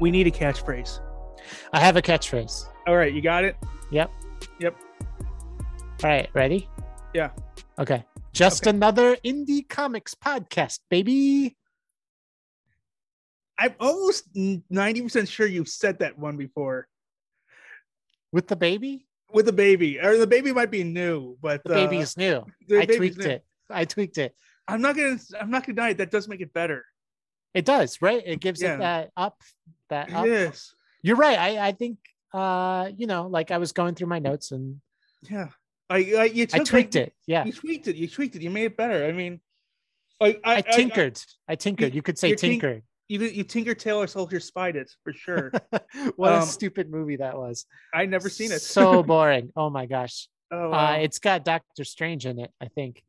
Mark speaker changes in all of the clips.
Speaker 1: We need a catchphrase.
Speaker 2: I have a catchphrase.
Speaker 1: All right, you got it.
Speaker 2: Yep.
Speaker 1: Yep.
Speaker 2: All right, ready?
Speaker 1: Yeah.
Speaker 2: Okay. Just
Speaker 1: Okay.
Speaker 2: another indie comics podcast, baby.
Speaker 1: I'm almost ninety percent sure you've said that one before
Speaker 2: With the baby?
Speaker 1: with the baby, or the baby might be new, but
Speaker 2: The
Speaker 1: uh,
Speaker 2: baby's new.
Speaker 1: the
Speaker 2: I
Speaker 1: baby's
Speaker 2: tweaked
Speaker 1: new.
Speaker 2: it. I tweaked it.
Speaker 1: I'm not gonna. I'm not gonna deny it. That does make it better.
Speaker 2: It does, right? It gives
Speaker 1: Yeah.
Speaker 2: it that up, that up.
Speaker 1: Yes.
Speaker 2: You're right. I, I think uh, you know, like I was going through my notes and
Speaker 1: Yeah. Like, like you
Speaker 2: I
Speaker 1: took,
Speaker 2: tweaked
Speaker 1: like,
Speaker 2: it. Yeah.
Speaker 1: You tweaked it. You tweaked it. You made it better. I mean, like I,
Speaker 2: I tinkered. I tinkered. You could say
Speaker 1: you tink-
Speaker 2: tinkered.
Speaker 1: you you Tinker Tailor Soldier spied it for sure.
Speaker 2: what a
Speaker 1: Um,
Speaker 2: stupid movie that was.
Speaker 1: I never seen it.
Speaker 2: so boring. Oh my gosh.
Speaker 1: oh,
Speaker 2: Uh,
Speaker 1: wow.
Speaker 2: it's got Doctor Strange in it, I think.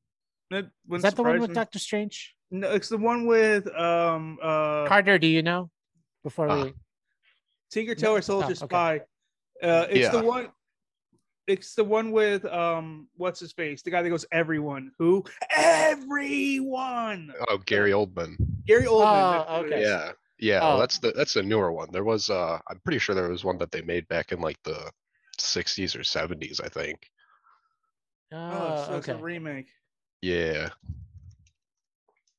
Speaker 1: That
Speaker 2: Is
Speaker 1: wouldn't
Speaker 2: that the one
Speaker 1: surprise
Speaker 2: with
Speaker 1: me.
Speaker 2: Doctor Strange?
Speaker 1: No, it's the one with um uh
Speaker 2: Carter, do you know? Before
Speaker 3: Ah.
Speaker 2: we
Speaker 1: Tinker Tailor Soldier
Speaker 2: okay.
Speaker 1: Spy. Uh, it's the
Speaker 3: Yeah.
Speaker 1: one. It's the one with um what's his face, the guy that goes everyone who everyone
Speaker 3: Oh, Gary Oldman.
Speaker 1: Gary Oldman.
Speaker 2: Oh,
Speaker 1: that's who it
Speaker 2: okay.
Speaker 1: is.
Speaker 3: Yeah, yeah.
Speaker 2: Oh.
Speaker 3: Well, that's the that's a newer one. There was uh, I'm pretty sure there was one that they made back in like the 60s or 70s, I think.
Speaker 2: Oh,
Speaker 1: Oh, so it's
Speaker 2: okay.
Speaker 1: a remake.
Speaker 3: Yeah.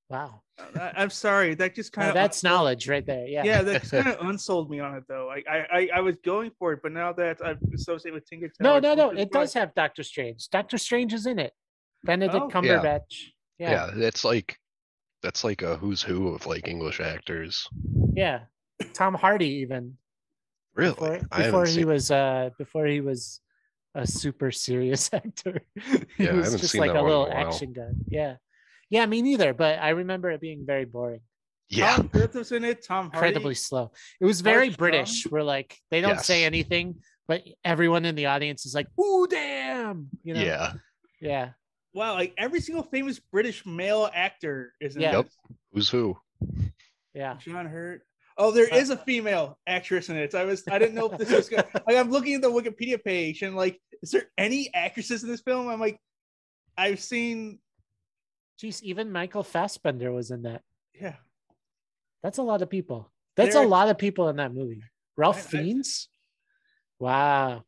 Speaker 2: Wow.
Speaker 1: I, I'm sorry, that just
Speaker 2: No,
Speaker 1: kind of
Speaker 2: that's knowledge right there. Yeah.
Speaker 1: yeah, that kind of unsold me on it though. I, I I I was going for it, but now that I'm associated with Tinker Tailor
Speaker 2: No, no, no.
Speaker 1: Soldier
Speaker 2: It
Speaker 1: Spy-
Speaker 2: does have Doctor Strange. Doctor Strange is in it. Benedict
Speaker 1: Oh.
Speaker 3: Yeah.
Speaker 2: Cumberbatch. Yeah. Yeah.
Speaker 3: Yeah, that's like that's like a who's who of like English actors.
Speaker 2: Tom Hardy even
Speaker 3: Really?
Speaker 2: before,
Speaker 3: I haven't
Speaker 2: before he
Speaker 3: seen,
Speaker 2: was uh before he was a super serious actor. he
Speaker 3: Yeah, I
Speaker 2: was
Speaker 3: haven't
Speaker 2: just
Speaker 3: seen
Speaker 2: like
Speaker 3: that
Speaker 2: a
Speaker 3: one in a
Speaker 2: little
Speaker 3: while.
Speaker 2: action guy. Yeah. Yeah, me neither, but I remember it being very boring.
Speaker 3: yeah.
Speaker 1: Tom Griffith's in it. Tom Hardy.
Speaker 2: incredibly slow. It was very
Speaker 1: Harsh
Speaker 2: British. We're like they don't say
Speaker 3: Yes.
Speaker 2: anything, but everyone in the audience is like, "Ooh, damn!" You know?
Speaker 3: Yeah.
Speaker 2: yeah.
Speaker 1: Wow, like every single famous British male actor is in
Speaker 2: Yeah.
Speaker 1: it.
Speaker 3: Yep. Who's who?
Speaker 2: yeah.
Speaker 1: John Hurt. Oh, there
Speaker 2: Uh,
Speaker 1: is a female actress in it. I was I didn't know if this was good. like I'm looking at the Wikipedia page and like, is there any actresses in this film? I'm like, I've seen
Speaker 2: Jeez, even Michael Fassbender was in that.
Speaker 1: yeah.
Speaker 2: That's a lot of people. That's
Speaker 1: There-
Speaker 2: a lot of people in that movie. Ralph
Speaker 1: I- I-
Speaker 2: Fiennes. Wow.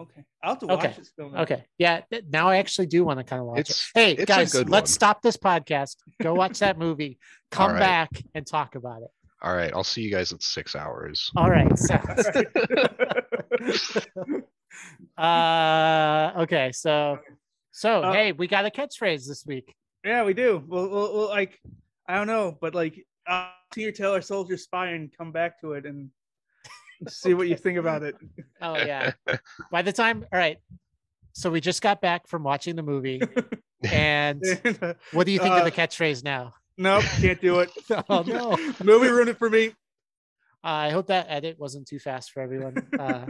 Speaker 1: Okay. I'll have to watch
Speaker 2: Okay.
Speaker 1: this film. now.
Speaker 2: Okay. Yeah. th- Now I actually do want to kind of watch
Speaker 3: Mm. It's-
Speaker 2: it. Hey
Speaker 3: it's a
Speaker 2: guys,
Speaker 3: good
Speaker 2: let's
Speaker 3: one.
Speaker 2: stop this podcast. Go watch that movie.
Speaker 3: All
Speaker 2: Come
Speaker 3: right.
Speaker 2: back and talk about it.
Speaker 3: All right, I'll see you guys in six hours.
Speaker 2: All right. Sounds uh okay so so
Speaker 1: Uh,
Speaker 2: hey we got a catchphrase this week
Speaker 1: Yeah, we do. Well, well, well like I don't know, but like uh, see your Taylor Soldier Spy and come back to it and see what you think about it.
Speaker 2: oh yeah by the time all right so we just got back from watching the movie and what do you think of the
Speaker 1: Uh,
Speaker 2: catchphrase now
Speaker 1: nope, can't do it.
Speaker 2: oh no
Speaker 1: Movie ruined it for me.
Speaker 2: i hope that edit wasn't too fast for everyone uh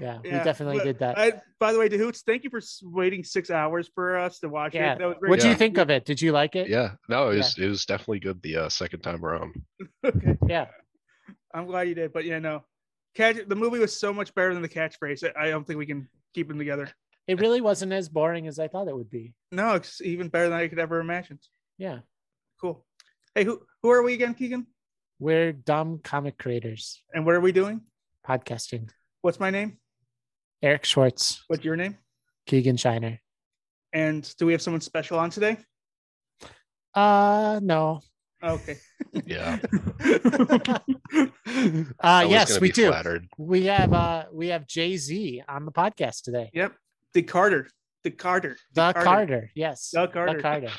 Speaker 2: yeah, we
Speaker 1: Yeah,
Speaker 2: definitely
Speaker 1: but
Speaker 2: did that
Speaker 1: I, by the way, Hoots, thank you for s- waiting six hours for us to watch
Speaker 2: Yeah.
Speaker 1: it. That was very
Speaker 2: what do you
Speaker 3: Yeah.
Speaker 2: think of it did you like it
Speaker 3: yeah. No, it
Speaker 2: Yeah.
Speaker 3: was it was definitely good the uh, second time around.
Speaker 1: Okay,
Speaker 2: yeah
Speaker 1: I'm glad you did. But yeah, no, catch the movie was so much better than the catchphrase. I, I don't think we can keep them together.
Speaker 2: it really wasn't as boring as i thought it would be
Speaker 1: No, it's even better than I could ever imagine.
Speaker 2: yeah
Speaker 1: Cool. Hey, who who are we again, Keegan?
Speaker 2: we're dumb comic creators
Speaker 1: And what are we doing?
Speaker 2: podcasting
Speaker 1: What's my name?
Speaker 2: eric schwartz
Speaker 1: What's your name?
Speaker 2: keegan shiner
Speaker 1: And do we have someone special on today?
Speaker 2: uh no
Speaker 1: Okay.
Speaker 3: Yeah.
Speaker 2: uh
Speaker 3: I was
Speaker 2: yes
Speaker 3: gonna
Speaker 2: we
Speaker 3: be
Speaker 2: do
Speaker 3: Flattered.
Speaker 2: we have uh we have jay-z on the podcast today
Speaker 1: yep. The Carter. The Carter.
Speaker 2: the
Speaker 1: Carter.
Speaker 2: carter, yes
Speaker 1: The Carter.
Speaker 2: the carter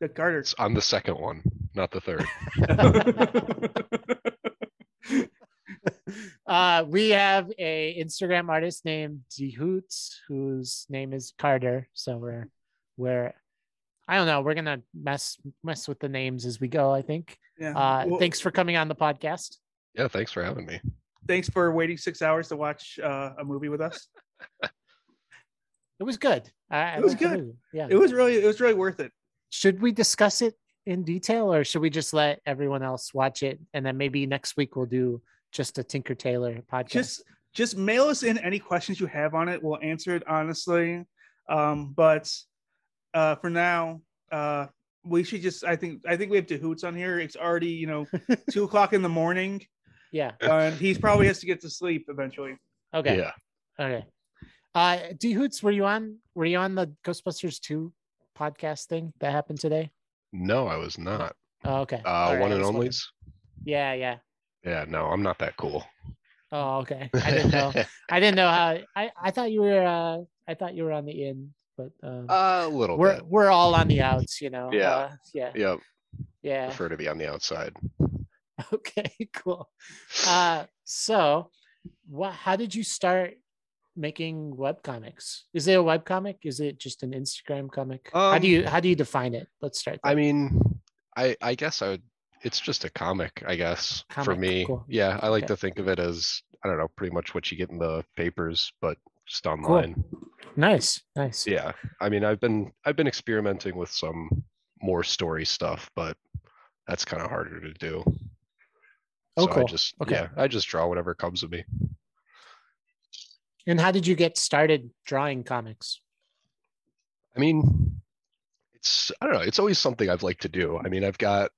Speaker 1: The Carter.
Speaker 3: It's on the second one, not the third.
Speaker 2: uh we have a instagram artist named d hoots whose name is carter so we're we're i don't know we're gonna mess mess with the names as we go i think
Speaker 1: yeah.
Speaker 2: uh
Speaker 1: Well,
Speaker 2: thanks for coming on the podcast
Speaker 3: yeah, thanks for having me.
Speaker 1: thanks for waiting six hours to watch uh, a movie with us.
Speaker 2: it was good I, I
Speaker 1: It was
Speaker 2: liked the
Speaker 1: good.
Speaker 2: movie. yeah
Speaker 1: It was really, it was really worth it.
Speaker 2: should we discuss it in detail or should we just let everyone else watch it and then maybe next week we'll do just a tinker tailor podcast
Speaker 1: Just, just mail us in any questions you have on it. We'll answer it honestly. Um, but uh, for now, uh, we should just. I think, I think we have to hoots on here. It's already, you know, two o'clock in the morning.
Speaker 2: Yeah.
Speaker 1: and he probably has to get to sleep eventually.
Speaker 2: Okay.
Speaker 3: Yeah.
Speaker 2: Okay. Uh, D Hoots, were you on? Were you on the Ghostbusters two podcast thing that happened today?
Speaker 3: No, I was not.
Speaker 2: Oh, okay.
Speaker 3: Uh,
Speaker 2: All right,
Speaker 3: one
Speaker 2: I
Speaker 3: and
Speaker 2: was wondering.
Speaker 3: onlys.
Speaker 2: Yeah. Yeah.
Speaker 3: Yeah, no, I'm not that cool.
Speaker 2: Oh, okay. I didn't know. I didn't know how. I I thought you were. Uh, I thought you were on the in, but um,
Speaker 3: a little
Speaker 2: we're
Speaker 3: bit.
Speaker 2: we're all on the outs, you know.
Speaker 3: Yeah.
Speaker 2: Uh, yeah.
Speaker 3: Yep.
Speaker 2: Yeah.
Speaker 3: Prefer to be on the outside.
Speaker 2: Okay. Cool. Uh, so, what? How did you start making web comics? Is it a web comic? Is it just an Instagram comic? how do
Speaker 3: Um,
Speaker 2: you how do you define it? Let's start.
Speaker 3: I
Speaker 2: there.
Speaker 3: mean, I I guess I would. It's just a comic, I guess, for
Speaker 2: Comic,
Speaker 3: me.
Speaker 2: cool.
Speaker 3: Yeah, I like
Speaker 2: Okay.
Speaker 3: to think of it as I don't know, pretty much what you get in the papers, but just online.
Speaker 2: nice, nice.
Speaker 3: Yeah, I mean, I've been I've been experimenting with some more story stuff, but that's kind of harder to do.
Speaker 2: Oh,
Speaker 3: so I
Speaker 2: cool.
Speaker 3: just
Speaker 2: Okay.
Speaker 3: yeah, I just draw whatever comes to me.
Speaker 2: And how did you get started drawing comics?
Speaker 3: I mean, it's I don't know. It's always something I've liked to do. I mean, I've got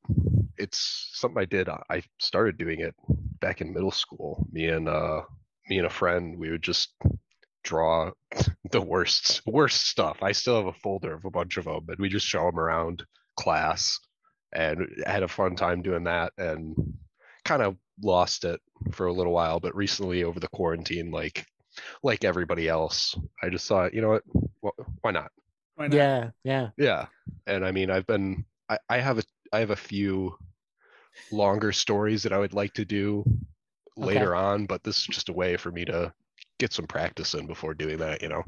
Speaker 3: it's something I did. I- I started doing it back in middle school. Me and uh, me and a friend, we would just draw the worst worst stuff. I still have a folder of a bunch of them, and we just show them around class, and I had a fun time doing that. And kind of lost it for a little while, but recently over the quarantine, like like everybody else, I just thought, you know what, wh- why not?
Speaker 1: Why not?
Speaker 2: Yeah, yeah.
Speaker 3: Yeah. And I mean, I've been I, I have a I have a few longer stories that I would like to do
Speaker 2: Okay.
Speaker 3: later on, but this is just a way for me to get some practice in before doing that, you know.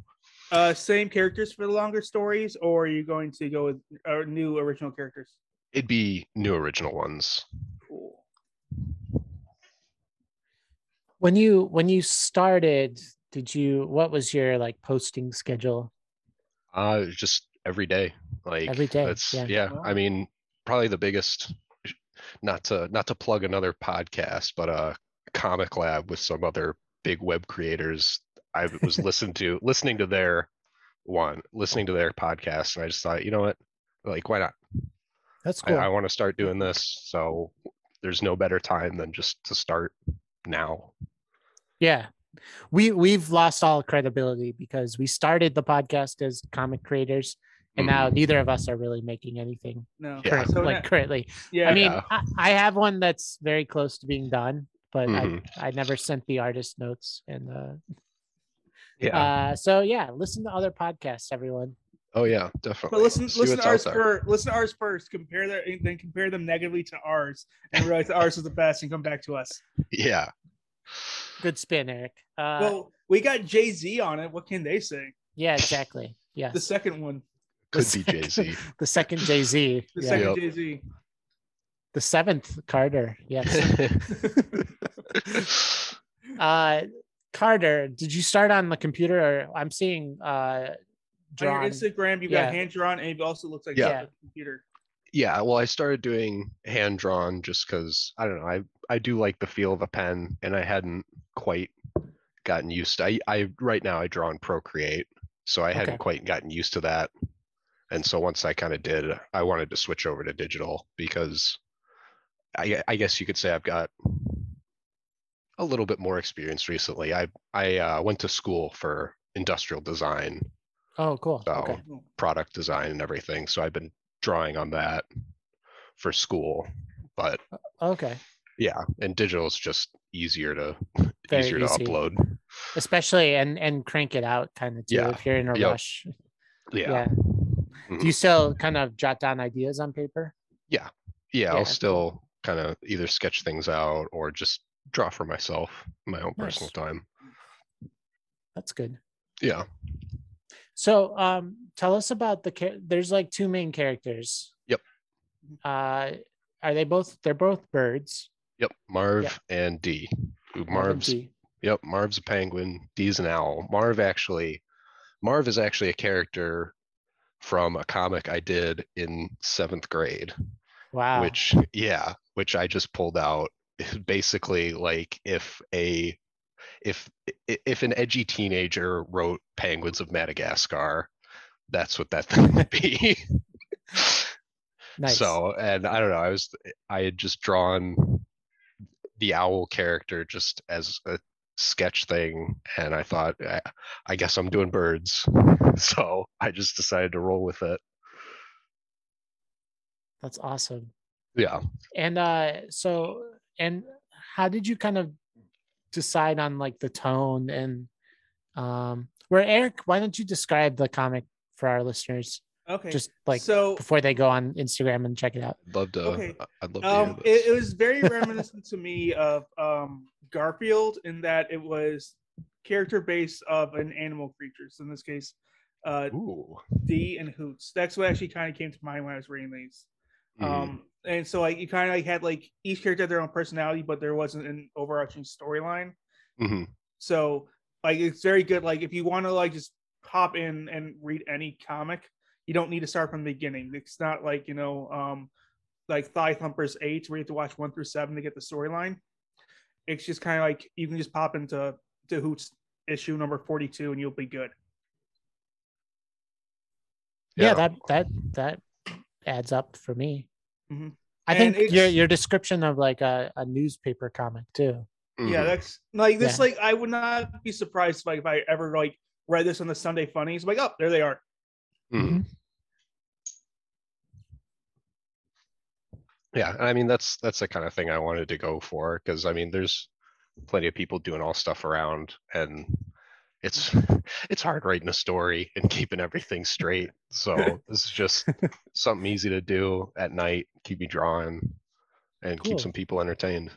Speaker 1: Uh, same characters for the longer stories, or are you going to go with uh, new original characters?
Speaker 3: It'd be new original ones.
Speaker 1: Cool.
Speaker 2: When you when you started, did you what was your like posting schedule?
Speaker 3: Uh it's just every day. Like
Speaker 2: Every day,
Speaker 3: That's
Speaker 2: yeah.
Speaker 3: yeah. I mean, probably the biggest not to not to plug another podcast, but uh Comic Lab with some other big web creators. I was listening to listening to their one, listening to their podcast, and I just thought, you know what? Like, why not?
Speaker 2: That's
Speaker 3: I, I want to start doing this. So there's no better time than just to start now.
Speaker 2: yeah. We we've lost all credibility because we started the podcast as comic creators and now neither of us are really making anything
Speaker 1: No.
Speaker 3: Mm-hmm. Yeah.
Speaker 2: current,
Speaker 1: So
Speaker 2: like
Speaker 1: now-
Speaker 2: currently.
Speaker 1: yeah.
Speaker 2: I mean,
Speaker 3: Yeah.
Speaker 2: I, I have one that's very close to being done, but
Speaker 3: Mhm.
Speaker 2: I, I never sent the artist notes and uh
Speaker 3: Yeah.
Speaker 2: Uh, so yeah, listen to other podcasts, everyone.
Speaker 3: oh yeah, definitely.
Speaker 1: but listen,
Speaker 3: See
Speaker 1: listen
Speaker 3: what's
Speaker 1: to
Speaker 3: out
Speaker 1: ours
Speaker 3: there.
Speaker 1: first. Listen to ours first. Compare their and then compare them negatively to ours, and realize that ours was the best, and come back to us.
Speaker 3: Yeah.
Speaker 2: Good spin, Eric. Uh,
Speaker 1: well, we got Jay Z on it. What can they say?
Speaker 2: yeah, exactly. Yeah,
Speaker 1: The second one,
Speaker 3: Could
Speaker 2: the
Speaker 3: be Jay Z.
Speaker 2: the second Jay Z,
Speaker 1: the
Speaker 2: yeah.
Speaker 1: second
Speaker 3: Yep.
Speaker 1: Jay Z.
Speaker 2: the seventh Carter. Yes. uh, Carter, did you start on the computer? Or I'm seeing uh,
Speaker 1: On
Speaker 2: drawn.
Speaker 1: your Instagram, you
Speaker 2: Yeah.
Speaker 1: got hand drawn, and it also looks like
Speaker 2: Yeah.
Speaker 1: a computer.
Speaker 3: yeah well i started doing hand drawn just because i don't know i i do like the feel of a pen and i hadn't quite gotten used to i, I right now i draw in procreate so i
Speaker 2: Okay.
Speaker 3: hadn't quite gotten used to that and so once i kind of did i wanted to switch over to digital because i gue- i guess you could say i've got a little bit more experience recently i i uh, went to school for industrial design
Speaker 2: Oh, cool.
Speaker 3: So,
Speaker 2: Okay.
Speaker 1: Oh,
Speaker 3: product design and everything. So I've been drawing on that for school. But
Speaker 2: Okay.
Speaker 3: yeah, and digital is just easier to
Speaker 2: Very
Speaker 3: easier to
Speaker 2: easy.
Speaker 3: upload.
Speaker 2: Especially and and crank it out kind of too
Speaker 3: Yeah.
Speaker 2: if you're in a
Speaker 3: Yep.
Speaker 2: rush.
Speaker 3: Yeah. Mm-hmm. Yeah.
Speaker 2: Yeah. Do you still kind of jot down ideas on paper? yeah.
Speaker 3: I'll still kind of either sketch things out or just draw for myself, in my own personal
Speaker 2: Nice.
Speaker 3: time.
Speaker 2: That's good.
Speaker 3: Yeah.
Speaker 2: So, um, tell us about the char- there's like two main characters.
Speaker 3: Yep.
Speaker 2: Uh, are they both? They're both birds.
Speaker 3: Yep. Marv and D. Ooh,
Speaker 2: Marv and
Speaker 3: Marv's
Speaker 2: Dee.
Speaker 3: Yep, Marv's a penguin. Dee's an owl. Marv actually, Marv is actually a character from a comic I did in seventh grade.
Speaker 2: Wow.
Speaker 3: which yeah which i just pulled out basically like if a if i- if an edgy teenager wrote penguins of madagascar that's what that thing would be
Speaker 2: nice.
Speaker 3: so and i don't know i was i had just drawn the owl character just as a sketch thing, and I thought, I, I guess I'm doing birds, so I just decided to roll with it.
Speaker 2: That's awesome.
Speaker 3: Yeah,
Speaker 2: And uh so and how did you kind of decide on like the tone and um where Eric, why don't you describe the comic for our listeners
Speaker 1: Okay.
Speaker 2: just like
Speaker 1: so
Speaker 2: before they go on Instagram and check it out?
Speaker 3: I'd love to.
Speaker 1: Okay,
Speaker 3: I- I'd love to.
Speaker 1: um,
Speaker 3: hear this.
Speaker 1: it, it was very reminiscent to me of um, Garfield in that it was character based of an animal creature. So in this case, uh,
Speaker 3: Ooh.
Speaker 1: D and Hoots. That's what actually kind of came to mind when I was reading these.
Speaker 3: Mm.
Speaker 1: Um, and so like you kind of like had like each character had their own personality, but there wasn't an overarching storyline.
Speaker 3: Mhm.
Speaker 1: So like it's very good. Like if you want to like just pop in and read any comic, you don't need to start from the beginning. It's not like you know, um, like Thigh Thumpers Eight, where you have to watch one through seven to get the storyline. It's just kind of like you can just pop into to Hoots issue number forty two and you'll be good.
Speaker 2: Yeah,
Speaker 3: Yeah.
Speaker 2: that that that adds up for me.
Speaker 1: Mhm.
Speaker 2: I
Speaker 1: And
Speaker 2: think your
Speaker 1: it's-
Speaker 2: your description of like a, a newspaper comic too.
Speaker 1: Yeah,
Speaker 3: Mhm.
Speaker 1: that's like this.
Speaker 2: Yeah.
Speaker 1: Like I would not be surprised like if I ever like read this on the Sunday Funnies. Like oh, there they are.
Speaker 3: Mhm. Yeah, and I mean that's that's the kind of thing I wanted to go for because I mean there's plenty of people doing all stuff around and it's it's hard writing a story and keeping everything straight. So this is just something easy to do at night, keep me drawing and
Speaker 2: Cool.
Speaker 3: keep some people entertained.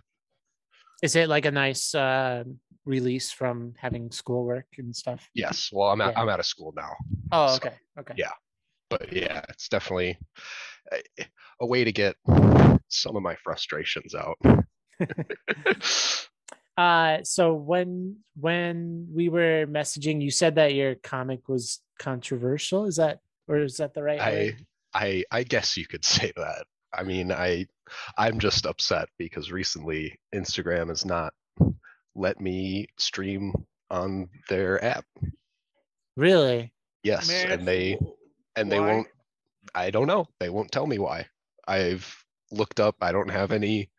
Speaker 2: Is it like a nice uh, release from having schoolwork and stuff?
Speaker 3: Yes. Well, I'm out,
Speaker 2: Yeah.
Speaker 3: I'm out of school now.
Speaker 2: Oh,
Speaker 3: So-
Speaker 2: okay, okay.
Speaker 3: yeah. But yeah, it's definitely a, a way to get some of my frustrations out.
Speaker 2: Uh, so when when we were messaging, you said that your comic was controversial. Is that or is that the right?
Speaker 3: I
Speaker 2: word?
Speaker 3: I I guess you could say that. I mean, I I'm just upset because recently Instagram has not let me stream on their app.
Speaker 2: really?
Speaker 3: Yes,
Speaker 1: Man,
Speaker 3: and they and they
Speaker 1: why?
Speaker 3: won't I don't know. They won't tell me why. I've looked up, I don't have any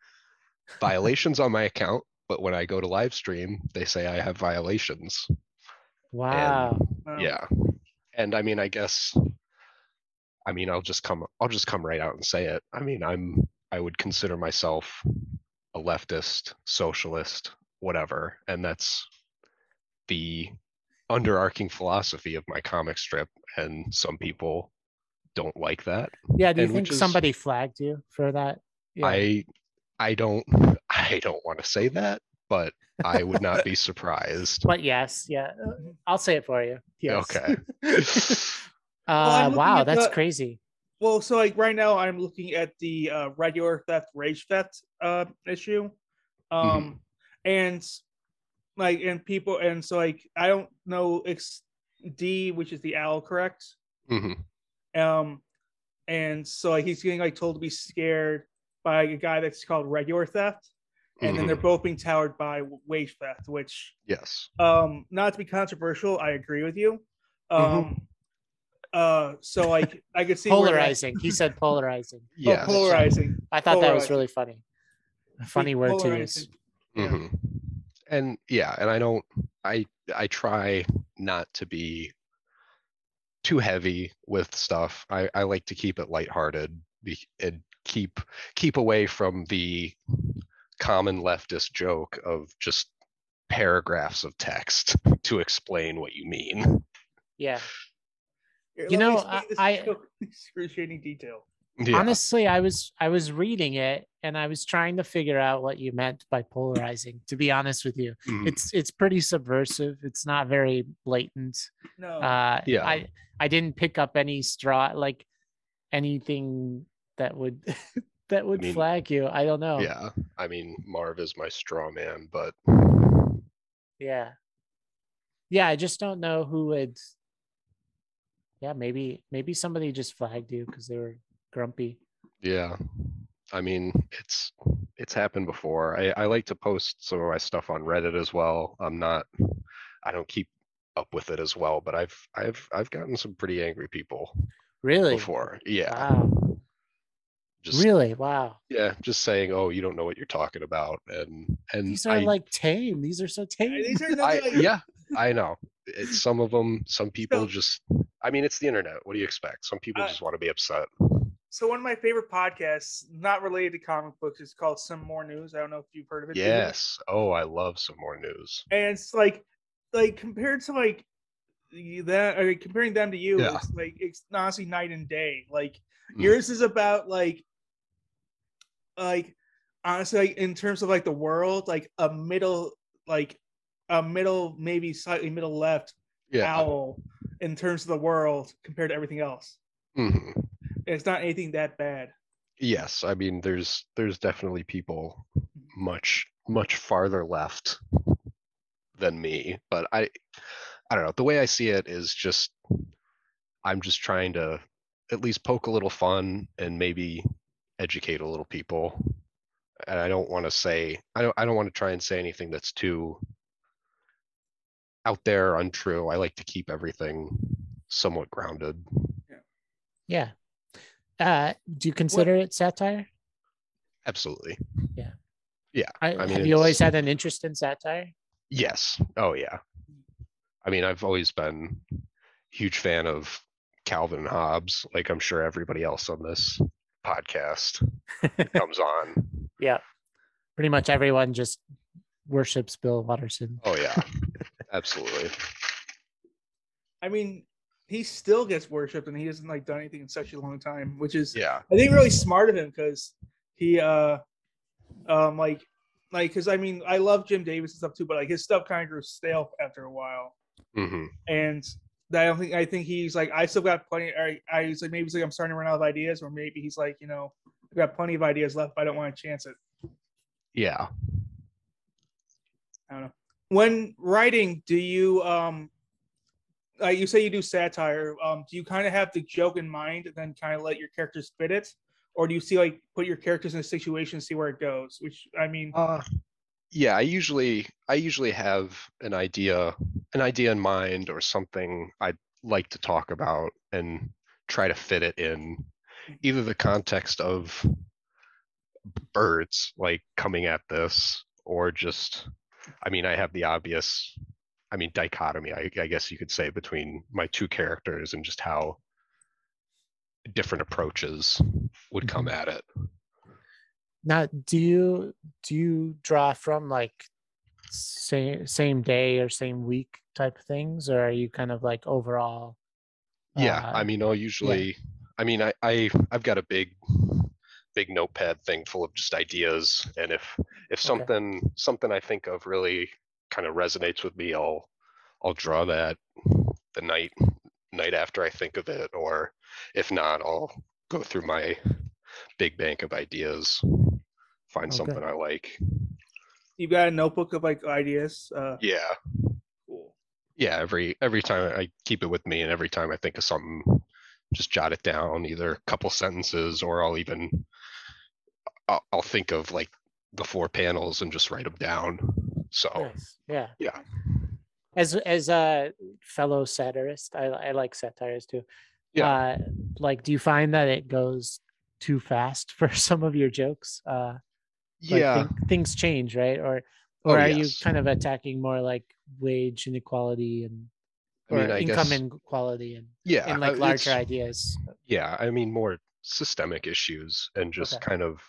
Speaker 3: violations on my account, but when I go to live stream, they say I have violations.
Speaker 2: Wow.
Speaker 1: Um,
Speaker 3: yeah and i mean i guess i mean i'll just come i'll just come right out and say it i mean i'm i would consider myself a leftist socialist whatever and that's the underarching philosophy of my comic strip and some people don't like that
Speaker 2: yeah. Do you
Speaker 3: and
Speaker 2: think
Speaker 3: which is-
Speaker 2: somebody flagged you for that? Yeah.
Speaker 3: i i don't i don't want to say that but i would not be surprised
Speaker 2: but yes, yeah. uh, I'll say it for you. Yes.
Speaker 3: okay
Speaker 1: I'm
Speaker 2: Uh,
Speaker 1: looking
Speaker 2: wow,
Speaker 1: at
Speaker 2: that's
Speaker 1: the-
Speaker 2: crazy.
Speaker 1: Well, so like right now, I'm looking at the uh, regular theft rage theft uh, issue,
Speaker 3: Mm-hmm.
Speaker 1: um, and like and people and so like I don't know it's D, which is the owl, correct?
Speaker 3: Mhm.
Speaker 1: Um, and so like, he's getting like told to be scared by a guy that's called regular theft, and then they're
Speaker 3: Mhm.
Speaker 1: both being towered by wage theft, which
Speaker 3: yes
Speaker 1: um not to be controversial i agree with you
Speaker 2: Mm-hmm.
Speaker 1: um uh so like i could see where that-
Speaker 2: Polarizing. he said polarizing.
Speaker 1: oh,
Speaker 3: yes
Speaker 1: polarizing
Speaker 2: I thought that was
Speaker 1: Polarizing.
Speaker 2: really funny. A funny word to use.
Speaker 1: Polarizing. Yeah.
Speaker 3: Mhm. And yeah, and I don't I I try not to be too heavy with stuff. I I like to keep it lighthearted be- and keep keep away from the common leftist joke of just paragraphs of text to explain what you mean.
Speaker 2: Yeah.
Speaker 1: Here, let me
Speaker 2: You know,
Speaker 1: explain
Speaker 2: I-
Speaker 1: this
Speaker 2: I-
Speaker 1: to you in excruciating detail
Speaker 3: Yeah.
Speaker 2: honestly i was i was reading it and i was trying to figure out what you meant by polarizing to be honest with you
Speaker 3: Mhm.
Speaker 2: it's it's pretty subversive it's not very blatant
Speaker 1: no
Speaker 2: uh
Speaker 3: Yeah.
Speaker 2: i i didn't pick up any straw like anything that would that would
Speaker 3: mean-
Speaker 2: flag you i don't know
Speaker 3: yeah. I mean, Marv is my straw man, but
Speaker 2: yeah yeah i just don't know who would yeah maybe maybe somebody just flagged you because they were grumpy
Speaker 3: Yeah. I mean, it's it's happened before. I, I like to post some of my stuff on Reddit as well. I'm not I don't keep up with it as well, but I've I've I've gotten some pretty angry people
Speaker 2: really
Speaker 3: before. Yeah.
Speaker 2: wow
Speaker 3: Just
Speaker 2: really? Wow.
Speaker 3: yeah, just saying, oh, you don't know what you're talking about, and and
Speaker 2: These are
Speaker 3: I,
Speaker 2: like tame. These are so tame.
Speaker 1: These are
Speaker 3: I,
Speaker 1: not like,
Speaker 3: yeah, I know. It's some of them. Some people
Speaker 1: So-
Speaker 3: just. I mean, it's the internet. What do you expect? Some people
Speaker 2: Uh,
Speaker 1: I-
Speaker 3: just want to be upset.
Speaker 1: So one of my favorite podcasts, not related to comic books, is called Some More News. I don't know if you've heard of it. David.
Speaker 3: Yes. Oh, I love some more news.
Speaker 1: and it's like, like compared to like you- that, I mean, comparing them to you,
Speaker 3: Yeah.
Speaker 1: it's like it's honestly night and day. Like
Speaker 3: Mm.
Speaker 1: yours is about like, like honestly, like, in terms of like the world, like a middle, like a middle, maybe slightly middle left
Speaker 3: Yeah.
Speaker 1: owl in terms of the world compared to everything else.
Speaker 3: mhm.
Speaker 1: It's not anything that bad.
Speaker 3: yes i mean there's there's definitely people much much farther left than me but i i don't know the way i see it is just i'm just trying to at least poke a little fun and maybe educate a little people and i don't want to say i don't i don't want to try and say anything that's too out there or untrue i like to keep everything somewhat grounded
Speaker 2: Yeah. Uh, do you consider it satire?
Speaker 3: absolutely
Speaker 2: I,
Speaker 3: I mean,
Speaker 2: have you always
Speaker 3: it's-
Speaker 2: had an interest in satire?
Speaker 3: Yes. Oh yeah. I mean, I've always been huge fan of Calvin and Hobbes, like I'm sure everybody else on this podcast that comes on.
Speaker 2: Yeah. Pretty much everyone just worships Bill Watterson.
Speaker 3: Oh yeah. Absolutely.
Speaker 1: I mean, he still gets worshipped, and he hasn't like done anything in such a long time, which is
Speaker 3: Yeah.
Speaker 1: I think really smart of him because he, uh, um, like, like because I mean, I love Jim Davis and stuff too, but like his stuff kind of grew stale after a while,
Speaker 3: hmm
Speaker 1: and I don't think I think he's like I still got plenty. I, I was like maybe he's like I'm starting to run out of ideas, or maybe he's like you know I've got plenty of ideas left, but I don't want to chance it.
Speaker 3: Yeah.
Speaker 1: I don't know. When writing, do you um uh, you say you do satire? Um, do you kind of have the joke in mind and then kind of let your characters fit it, or do you see like put your characters in a situation and see where it goes? Which I mean,
Speaker 3: Uh yeah, I usually I usually have an idea an idea in mind or something I'd like to talk about and try to fit it in either the context of b- birds like coming at this or just I mean I have the obvious I mean dichotomy I, I guess you could say between my two characters and just how different approaches would come at it.
Speaker 2: Now, do you do you draw from like same same day or same week type of things, or are you kind of like overall?
Speaker 3: yeah
Speaker 2: uh,
Speaker 3: i mean i'll usually i mean I, I i've got a big big notepad thing full of just ideas and if if
Speaker 2: Okay.
Speaker 3: something something i think of really kind of resonates with me i'll i'll draw that the night night after i think of it or if not i'll go through my big bank of ideas find
Speaker 2: Okay.
Speaker 3: something i like
Speaker 1: you've got a notebook of like ideas. Uh,
Speaker 3: yeah
Speaker 1: cool.
Speaker 3: yeah every every time i keep it with me and every time i think of something just jot it down either a couple sentences or i'll even i'll, I'll think of like the four panels and just write them down so
Speaker 2: Nice. Yeah.
Speaker 3: yeah.
Speaker 2: As as a fellow satirist, I I like satires too.
Speaker 3: Yeah.
Speaker 2: Uh, like, do you find that it goes too fast for some of your jokes? Uh, like
Speaker 3: yeah
Speaker 2: think- things change right or
Speaker 3: Oh,
Speaker 2: or are you
Speaker 3: yes.
Speaker 2: kind of attacking more like wage inequality and
Speaker 3: I
Speaker 2: or
Speaker 3: mean, I
Speaker 2: income
Speaker 3: guess-
Speaker 2: inequality and,
Speaker 3: yeah
Speaker 2: and
Speaker 3: I-
Speaker 2: like larger
Speaker 3: it's-
Speaker 2: ideas
Speaker 3: yeah i mean more systemic issues and just
Speaker 2: Okay.
Speaker 3: kind of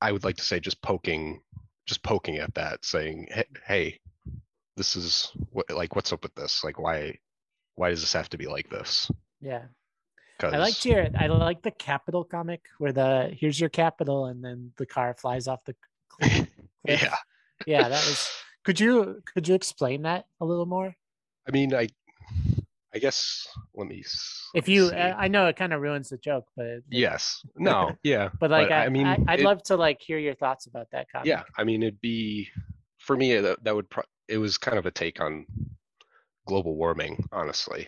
Speaker 3: i would like to say just poking just poking at that saying hey, hey this is what like what's up with this like why why does this have to be like this
Speaker 2: yeah
Speaker 3: because
Speaker 2: i liked your i like the capital comic where the here's your capital and then the car flies off the cl- cliff.
Speaker 3: yeah
Speaker 2: yeah that was could you could you explain that a little more
Speaker 3: I mean, I, I guess let me. s-
Speaker 2: if
Speaker 3: let me
Speaker 2: you uh,
Speaker 3: see.
Speaker 2: i I know it kind of ruins the joke but
Speaker 3: yes, no, yeah,
Speaker 2: but like
Speaker 3: but
Speaker 2: I,
Speaker 3: I
Speaker 2: mean
Speaker 3: mean,
Speaker 2: I, i'd
Speaker 3: it-
Speaker 2: love to like hear your thoughts about that comic
Speaker 3: yeah. I mean, it'd be for me uh, that that would pro- it was kind of a take on global warming, honestly,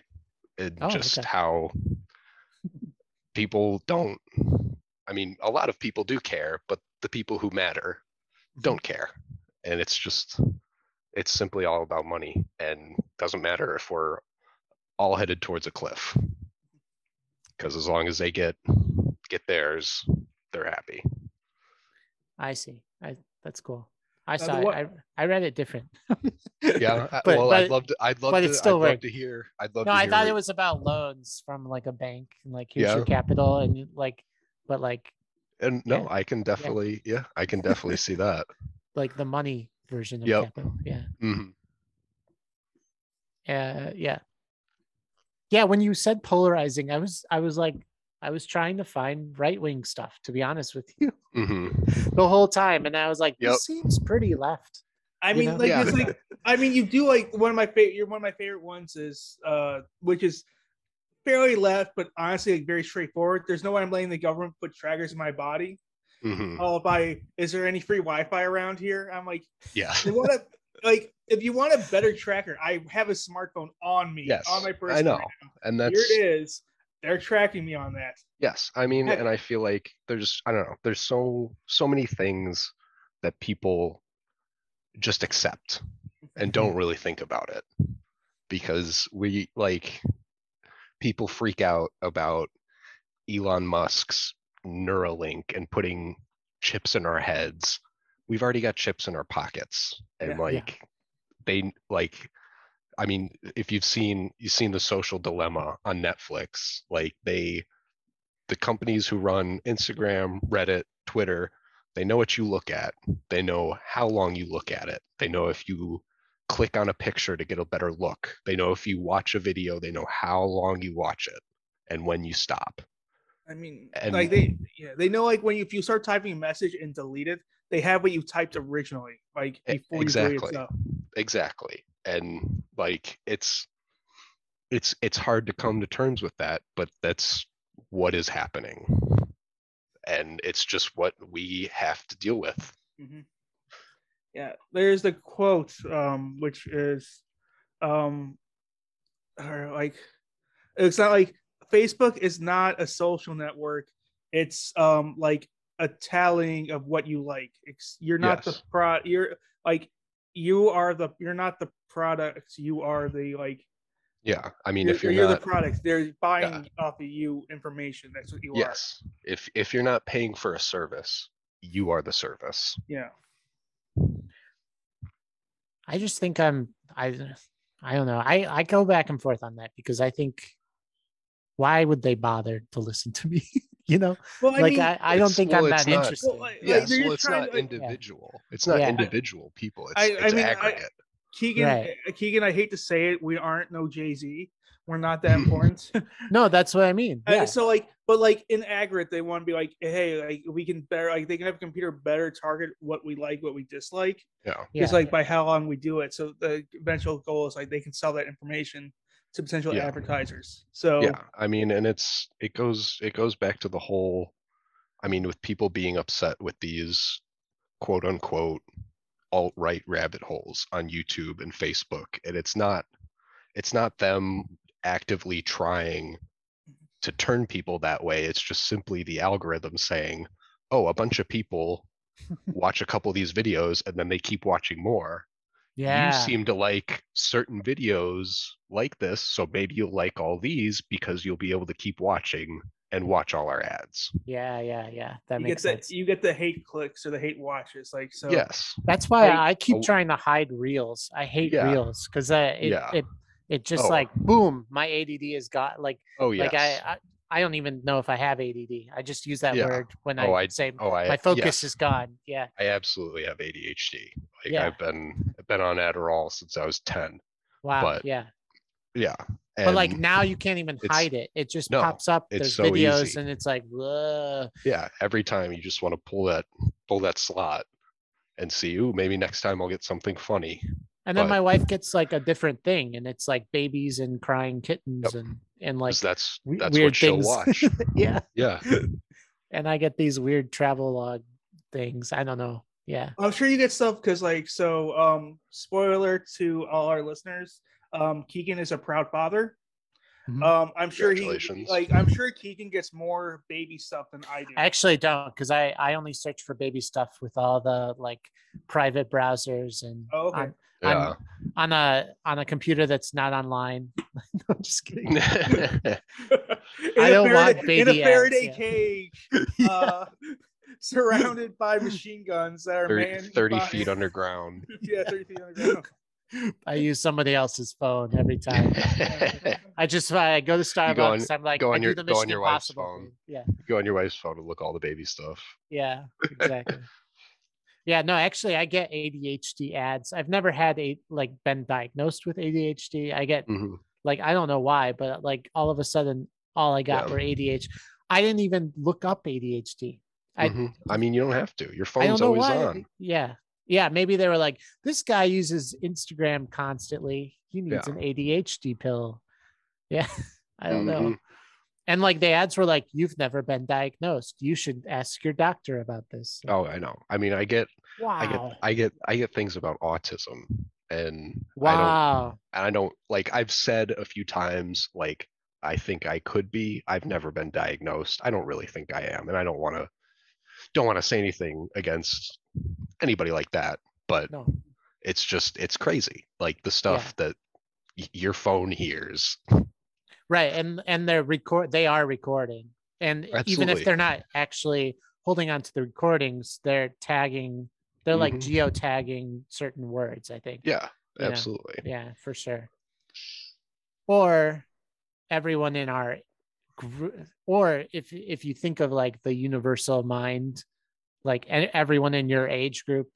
Speaker 3: and
Speaker 2: Oh,
Speaker 3: just
Speaker 2: okay.
Speaker 3: how people don't. I mean, a lot of people do care, but the people who matter
Speaker 2: Mm-hmm.
Speaker 3: don't care, and it's just it's simply all about money, and doesn't matter if we're all headed towards a cliff. Because as long as they get get theirs, they're happy.
Speaker 2: I see. I that's cool. I
Speaker 1: the
Speaker 2: saw it.
Speaker 1: one-
Speaker 2: I, I read it different.
Speaker 3: Yeah. I-
Speaker 2: But-
Speaker 3: well,
Speaker 2: but-
Speaker 3: I'd love to. I'd love
Speaker 2: but
Speaker 3: to.
Speaker 2: it still
Speaker 3: I'd love
Speaker 2: worked.
Speaker 3: to hear. I'd love.
Speaker 2: no,
Speaker 3: to
Speaker 2: I
Speaker 3: hear
Speaker 2: thought
Speaker 3: what-
Speaker 2: it was about loans from like a bank and like here's your
Speaker 3: Yeah.
Speaker 2: capital and you- like but like
Speaker 3: And no,
Speaker 2: yeah,
Speaker 3: I can definitely. Yeah, I can definitely see that.
Speaker 2: like the money version of
Speaker 3: Yep.
Speaker 2: capital. Yeah.
Speaker 3: Mhm.
Speaker 2: Uh, yeah. Yeah, when you said polarizing, I was I was like I was trying to find right wing stuff to be honest with you
Speaker 3: Mhm.
Speaker 2: the whole time and I was like
Speaker 3: Yep.
Speaker 2: this seems pretty left.
Speaker 1: I
Speaker 2: You
Speaker 1: mean,
Speaker 2: know?
Speaker 1: like
Speaker 3: Yeah.
Speaker 1: it's like I mean, you do like one of my favorite. You're one of my favorite ones is uh, which is fairly left, but honestly, like very straightforward. There's no way I'm letting the government put trackers in my body.
Speaker 3: Mhm.
Speaker 1: Oh, if I is there any free Wi-Fi around here? I'm like,
Speaker 3: Yeah.
Speaker 1: they want to like if you want a better tracker, I have a smartphone on me,
Speaker 3: Yes,
Speaker 1: on my person.
Speaker 3: I know,
Speaker 1: right
Speaker 3: and
Speaker 1: now.
Speaker 3: that's
Speaker 1: Here it is. They're tracking me on that.
Speaker 3: Yes, I mean,
Speaker 1: Heck.
Speaker 3: and I feel like there's, I don't know, there's so so many things that people just accept and don't really think about it because we like people freak out about Elon Musk's Neuralink and putting chips in our heads. We've already got chips in our pockets and
Speaker 1: Yeah. Yeah.
Speaker 3: like they like I mean, if you've seen you've seen the social dilemma on Netflix, like they the companies who run Instagram, Reddit, Twitter, they know what you look at. They know how long you look at it. They know if you click on a picture to get a better look. They know if you watch a video, they know how long you watch it and when you stop.
Speaker 1: I mean,
Speaker 3: And-
Speaker 1: like they, yeah, they know like when you, if you start typing a message and delete it, they have what you typed originally, like
Speaker 3: E-
Speaker 1: before you delete
Speaker 3: exactly.
Speaker 1: it. So,
Speaker 3: Exactly. And like it's it's it's hard to come to terms with that, but that's what is happening. And it's just what we have to deal with.
Speaker 1: mhm. yeah, there's the quote, um, which is, um, or like, it's not like Facebook is not a social network. It's um like a tallying of what you like. It's, you're not the
Speaker 3: Yes.
Speaker 1: pro. You're like, you are the. You're not the products. You are the like
Speaker 3: Yeah. I mean,
Speaker 1: you're,
Speaker 3: if you're,
Speaker 1: you're
Speaker 3: not
Speaker 1: the product. They're buying off of you information. That's what you
Speaker 3: Yes. If if you're not paying for a service, you are the service.
Speaker 1: are. Yeah.
Speaker 2: I just think I'm I I don't know. I I go back and forth on that because I think why would they bother to listen to me? you know,
Speaker 1: Well, I
Speaker 2: like
Speaker 1: mean,
Speaker 2: I, I don't
Speaker 3: it's-
Speaker 2: think
Speaker 3: well,
Speaker 2: I'm
Speaker 3: it's
Speaker 2: that
Speaker 3: not-
Speaker 2: interested.
Speaker 1: Well, I- Like,
Speaker 3: Yes,
Speaker 1: they're
Speaker 3: well,
Speaker 1: just
Speaker 3: it's
Speaker 1: trying
Speaker 3: not
Speaker 1: to, like-
Speaker 3: individual. It's not
Speaker 2: Yeah.
Speaker 3: individual people. It's,
Speaker 1: I- I
Speaker 3: it's
Speaker 1: mean, I-
Speaker 3: aggregate.
Speaker 1: Keegan,
Speaker 2: Right.
Speaker 1: uh, Keegan, I hate to say it, we aren't no Jay Z. We're not that important. Uh,
Speaker 2: no, that's what I mean. Yeah.
Speaker 1: so like, but like in aggregate, they want to be like, hey, like we can better, like they can have a computer better target what we like, what we dislike,
Speaker 3: yeah.
Speaker 2: yeah.
Speaker 1: just like by how long we do it. So the eventual goal is like they can sell that information to potential
Speaker 3: Yeah.
Speaker 1: advertisers. So
Speaker 3: yeah. I mean, and it's it goes it goes back to the whole I mean, with people being upset with these quote unquote alt right rabbit holes on YouTube and Facebook. And it's not it's not them actively trying to turn people that way. It's just simply the algorithm saying, oh, a bunch of people watch a couple of these videos and then they keep watching more.
Speaker 2: yeah.
Speaker 3: You seem to like certain videos like this, so maybe you'll like all these because you'll be able to keep watching and watch all our ads.
Speaker 2: yeah, yeah, yeah. That
Speaker 1: you get
Speaker 2: makes
Speaker 1: that,
Speaker 2: sense.
Speaker 1: you get the hate clicks or the hate watches. Like so,
Speaker 3: yes.
Speaker 2: That's why
Speaker 3: Like,
Speaker 2: I
Speaker 3: oh.
Speaker 2: keep trying to hide reels. I hate
Speaker 3: Yeah.
Speaker 2: reels because uh, it,
Speaker 3: Yeah.
Speaker 2: it it just
Speaker 3: Oh.
Speaker 2: like boom, my ADD has got like
Speaker 3: Oh yeah.
Speaker 2: like I, um, I I don't even know if I have ADD. I just use that
Speaker 3: Yeah.
Speaker 2: word when
Speaker 3: Oh,
Speaker 2: I
Speaker 3: I-
Speaker 2: say
Speaker 3: oh, I
Speaker 2: my focus
Speaker 3: yes,
Speaker 2: is gone. Yeah.
Speaker 3: I absolutely have ADHD. Like
Speaker 2: Yeah.
Speaker 3: I've been I've been on Adderall since I was ten.
Speaker 2: Wow.
Speaker 3: But-
Speaker 2: yeah.
Speaker 3: Yeah.
Speaker 2: But like
Speaker 3: and-
Speaker 2: now you can't even
Speaker 3: it's-
Speaker 2: hide it. It just
Speaker 3: no,
Speaker 2: pops up. There's
Speaker 3: it's so
Speaker 2: videos
Speaker 3: easy.
Speaker 2: and it's like, whoa.
Speaker 3: yeah every time you just want to pull that pull that slot and see ooh maybe next time i'll get something funny
Speaker 2: And then
Speaker 3: But-
Speaker 2: my wife gets like a different thing and it's like babies and crying kittens and and like
Speaker 3: 'cause that's
Speaker 2: we-
Speaker 3: that's
Speaker 2: weird
Speaker 3: what she'll
Speaker 2: things.
Speaker 3: watch
Speaker 2: yeah.
Speaker 3: yeah
Speaker 2: And I get these weird travel log things. I don't know. Yeah.
Speaker 1: I'm sure you get stuff because, like, so um, spoiler to all our listeners, um, Keegan is a proud father.
Speaker 2: Mhm.
Speaker 1: Um, I'm sure he,
Speaker 3: Congratulations.
Speaker 1: like, I'm sure Keegan gets more baby stuff than I do.
Speaker 2: I actually don't because I, I only search for baby stuff with all the like private browsers and
Speaker 1: Oh, okay.
Speaker 2: on,
Speaker 3: yeah
Speaker 2: on a on a computer that's not online. no, I'm just kidding.
Speaker 1: in
Speaker 2: I
Speaker 1: a
Speaker 2: don't want
Speaker 1: Faraday-
Speaker 2: baby
Speaker 1: in a
Speaker 2: ass,
Speaker 1: Faraday
Speaker 2: yeah.
Speaker 1: cage, uh, surrounded by machine guns that are
Speaker 3: 30,
Speaker 1: manned
Speaker 3: 30
Speaker 1: by-
Speaker 3: feet underground.
Speaker 1: Yeah, thirty feet underground.
Speaker 2: I use somebody else's phone every time.
Speaker 3: Go
Speaker 2: I just I go to Starbucks.
Speaker 3: on-
Speaker 2: I'm like,
Speaker 3: go
Speaker 2: I
Speaker 3: on your-
Speaker 2: do the
Speaker 3: go on
Speaker 2: Mission
Speaker 3: your wife's
Speaker 2: Impossible.
Speaker 3: phone.
Speaker 2: thing. Yeah,
Speaker 3: on your wife's phone and look all the baby stuff.
Speaker 2: yeah, exactly. yeah, no, actually, I get ADHD ads. I've never had a like been diagnosed with ADHD. I get
Speaker 3: Mhm.
Speaker 2: like I don't know why, but like all of a sudden, all I got
Speaker 3: Yeah.
Speaker 2: were ADH. I didn't even look up ADHD. I-
Speaker 3: Mhm. I, mean, you don't have to. Your
Speaker 2: I don't
Speaker 3: phone's
Speaker 2: know
Speaker 3: always
Speaker 2: why.
Speaker 3: on.
Speaker 2: Yeah, yeah. Maybe they were like, this guy uses Instagram constantly. He needs
Speaker 3: Yeah.
Speaker 2: an ADHD pill. Yeah, I don't know.
Speaker 3: Mhm.
Speaker 2: And like the ads were like, you've never been diagnosed. You should ask your doctor about this.
Speaker 3: Oh, I know. I mean, I get,
Speaker 2: wow.
Speaker 3: I get, I get, I get things about autism, and I don't
Speaker 2: wow.
Speaker 3: and I don't like I've said a few times like I think I could be. I've never been diagnosed. I don't really think I am and I don't want to don't want to say anything against anybody like that, but
Speaker 2: No.
Speaker 3: it's just it's crazy. Like the stuff that y- your phone hears.
Speaker 2: Right. And and they're record they are recording. And even if
Speaker 3: Absolutely.
Speaker 2: they're not actually holding on to the recordings, they're tagging, they're like
Speaker 3: Mhm.
Speaker 2: geotagging certain words, I think.
Speaker 3: Yeah,
Speaker 2: Yeah.
Speaker 3: absolutely.
Speaker 2: Yeah, for sure. Or everyone in our group, or if if you think of like the universal mind, like e- everyone in your age group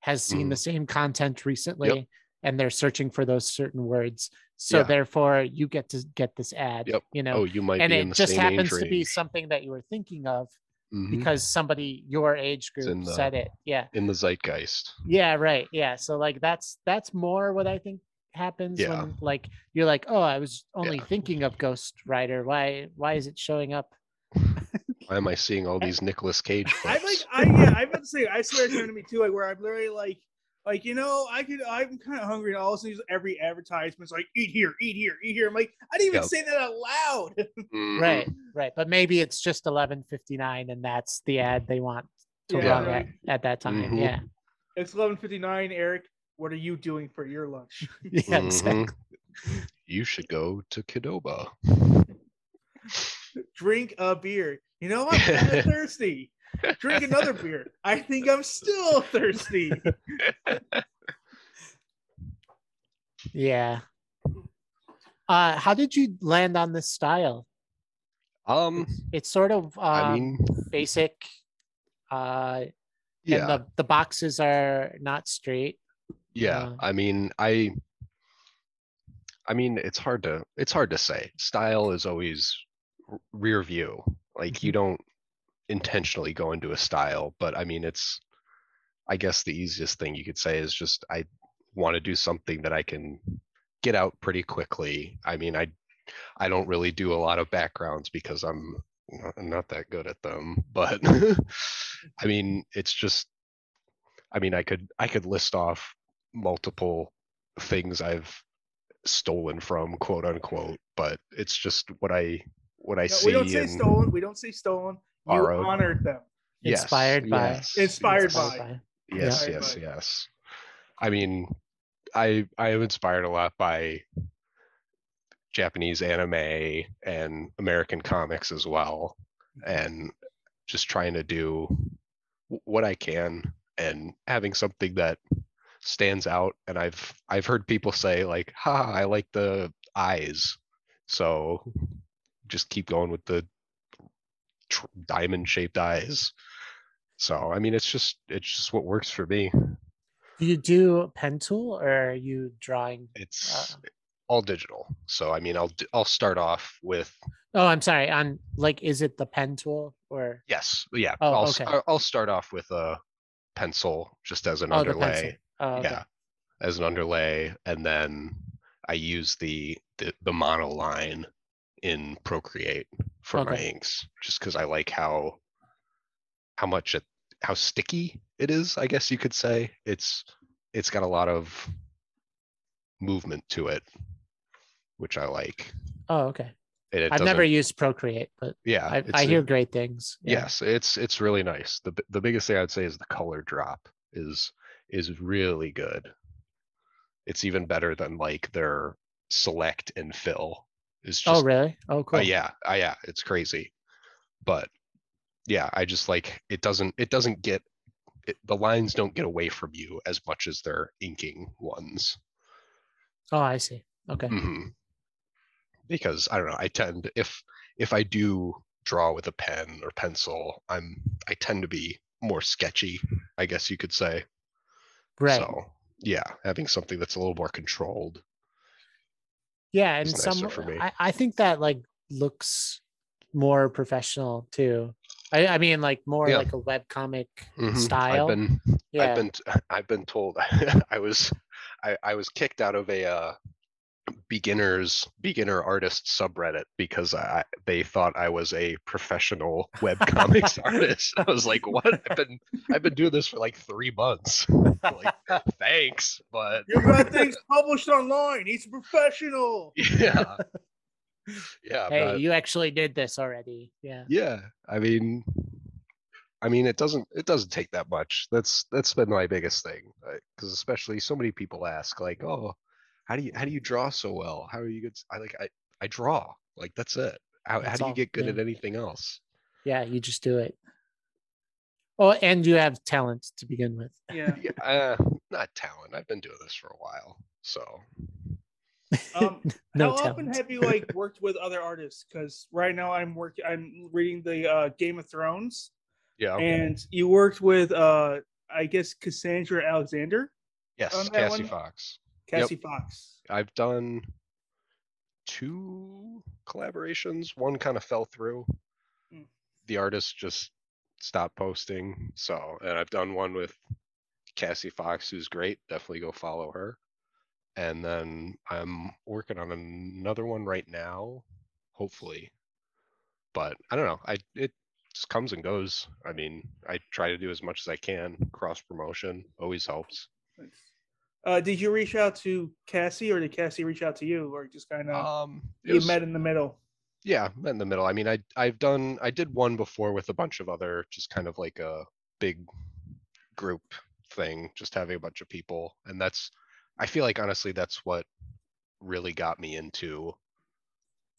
Speaker 2: has seen
Speaker 3: Mm.
Speaker 2: the same content recently and they're searching for those certain words. So
Speaker 3: Yeah.
Speaker 2: therefore you get to get this ad,
Speaker 3: Yep.
Speaker 2: you know.
Speaker 3: Oh, you might
Speaker 2: and
Speaker 3: be in
Speaker 2: it
Speaker 3: the
Speaker 2: just
Speaker 3: same age
Speaker 2: happens to be
Speaker 3: range.
Speaker 2: something that you were thinking of
Speaker 3: Mhm.
Speaker 2: because somebody your age
Speaker 3: in
Speaker 2: group
Speaker 3: the-
Speaker 2: said it. Yeah.
Speaker 3: in the zeitgeist.
Speaker 2: Yeah, right. Yeah. So like that's that's more what I think happens
Speaker 3: Yeah.
Speaker 2: when like you're like, oh, I was only thinking of Ghost Rider. Why why is it showing up?
Speaker 3: Mm-hmm. Why am I seeing all these Nicolas Cage
Speaker 1: I like
Speaker 3: clips?
Speaker 1: I yeah, I've been saying I swear it's happened to me too, like where I'm literally like like you know, I could I'm kinda hungry and all of a sudden every advertisement's like eat here, eat here, eat here. I'm like, I didn't even
Speaker 3: Yep.
Speaker 1: say that out loud.
Speaker 3: Mhm.
Speaker 2: Right, right. But maybe it's just eleven fifty nine and that's the ad they want to
Speaker 1: Yeah,
Speaker 2: run
Speaker 1: right.
Speaker 2: at, at that time.
Speaker 3: Mhm.
Speaker 2: Yeah.
Speaker 1: It's eleven fifty nine, Eric. What are you doing for your lunch?
Speaker 2: Yeah, exactly.
Speaker 3: Mhm. You should go to Kidoba.
Speaker 1: Drink a beer. You know, I'm kinda thirsty. Drink another beer. I think I'm still thirsty.
Speaker 2: Yeah. Uh how did you land on this style?
Speaker 3: Um,
Speaker 2: It's sort of um,
Speaker 3: I mean,
Speaker 2: basic uh
Speaker 3: yeah.
Speaker 2: and the, the boxes are not straight.
Speaker 3: yeah
Speaker 2: Uh,
Speaker 3: i mean i i mean it's hard to it's hard to say style is always r- rear view like you don't intentionally go into a style but i mean it's i guess the easiest thing you could say is just i want to do something that i can get out pretty quickly i mean i i don't really do a lot of backgrounds because i'm not, not that good at them but i mean it's just i mean i could i could list off multiple things I've stolen from, quote unquote. But it's just what I what
Speaker 1: No,
Speaker 3: I see.
Speaker 1: we don't say
Speaker 3: and-
Speaker 1: stolen. We don't say stolen. You
Speaker 3: Borrowed.
Speaker 1: honored them.
Speaker 3: Yes,
Speaker 2: Inspired by-
Speaker 3: yes,
Speaker 1: Inspired
Speaker 3: yes,
Speaker 1: by.
Speaker 3: Yes,
Speaker 1: Inspired
Speaker 3: yes,
Speaker 1: by.
Speaker 3: yes. I mean, I I am inspired a lot by Japanese anime and American comics as well, and just trying to do wh- what I can and having something that stands out. And I've I've heard people say like, "Ha, I like the eyes," so just keep going with the tr- diamond shaped eyes. So I mean, it's just it's just what works for me.
Speaker 2: Do you do pen tool or are you drawing? uh,
Speaker 3: It's all digital. So I mean, I'll d- I'll start off with
Speaker 2: Oh, I'm sorry. On like, is it the pen tool or
Speaker 3: yes, yeah.
Speaker 2: Oh,
Speaker 3: I'll s-
Speaker 2: okay.
Speaker 3: I'll- I'll start off with a pencil just as an
Speaker 2: oh, the pencil?
Speaker 3: underlay.
Speaker 2: Oh, okay.
Speaker 3: Yeah, as an underlay, and then I use the the, the mono line in Procreate for my
Speaker 2: Okay.
Speaker 3: inks, just because I like how how much it how sticky it is. I guess you could say it's it's got a lot of movement to it, which I like.
Speaker 2: Oh, okay.
Speaker 3: And it
Speaker 2: I've never
Speaker 3: doesn't-
Speaker 2: used Procreate, but
Speaker 3: yeah
Speaker 2: I,
Speaker 3: it's-
Speaker 2: I hear great things.
Speaker 3: yes it's it's really nice the b- the biggest thing i'd say is the color drop is is really good it's even better than like their select and fill It's just
Speaker 2: Oh, really? Oh, cool.
Speaker 3: Oh yeah, uh, yeah, it's crazy. But yeah, I just like it doesn't it doesn't get it, the lines don't get away from you as much as they're inking ones.
Speaker 2: Oh, I see. Okay.
Speaker 3: Mhm. Because I don't know, I tend if if I do draw with a pen or pencil, I'm I tend to be more sketchy, I guess you could say.
Speaker 2: Right.
Speaker 3: So, yeah, having something that's a little more controlled.
Speaker 2: yeah, and
Speaker 3: it's
Speaker 2: some
Speaker 3: nicer for me.
Speaker 2: I, I think that like looks more professional too. I, I mean like more
Speaker 3: Yeah.
Speaker 2: like a web comic.
Speaker 3: Mhm.
Speaker 2: Style?
Speaker 3: I've been
Speaker 2: Yeah.
Speaker 3: I've been I've been told I was I, I was kicked out of a uh, beginners beginner artist subreddit because I they thought I was a professional web comics artist. I was like, what? I've been I've been doing this for like three months. like, thanks, but
Speaker 1: You've got things published online. He's a professional.
Speaker 3: yeah, yeah.
Speaker 2: hey,
Speaker 3: but-
Speaker 2: you actually did this already. Yeah.
Speaker 3: yeah i mean i mean it doesn't it doesn't take that much that's that's been my biggest thing because especially so many people ask like oh how do you how do you draw so well how are you good s- i like i i draw like that's it how, how
Speaker 2: That's
Speaker 3: do you
Speaker 2: all,
Speaker 3: get good
Speaker 2: yeah.
Speaker 3: at anything else
Speaker 2: Yeah, you just do it. Oh, and you have talent to begin with.
Speaker 1: Yeah.
Speaker 3: yeah, uh, not talent i've been doing this for a while so
Speaker 1: Um,
Speaker 2: No
Speaker 1: How often
Speaker 2: talent.
Speaker 1: have you like worked with other artists? Because right now I'm working. I'm reading the uh, Game of Thrones,
Speaker 3: yeah
Speaker 1: and you worked with uh, I guess Cassandra Alexander,
Speaker 3: yes
Speaker 1: on that
Speaker 3: cassie
Speaker 1: one-
Speaker 3: fox Yep.
Speaker 1: Cassie Fox.
Speaker 3: i've done two collaborations one kind of fell through
Speaker 1: Mm.
Speaker 3: the artist just stopped posting so and i've done one with cassie fox who's great definitely go follow her and then i'm working on another one right now hopefully but i don't know i it just comes and goes i mean i try to do as much as i can cross promotion always helps
Speaker 1: Uh, did you reach out to Cassie, or did Cassie reach out to you, or just kind of
Speaker 3: um it
Speaker 1: you
Speaker 3: was-
Speaker 1: met in the middle?
Speaker 3: yeah met in the middle i mean i i've done i did one before with a bunch of other just kind of like a big group thing just having a bunch of people and that's i feel like honestly that's what really got me into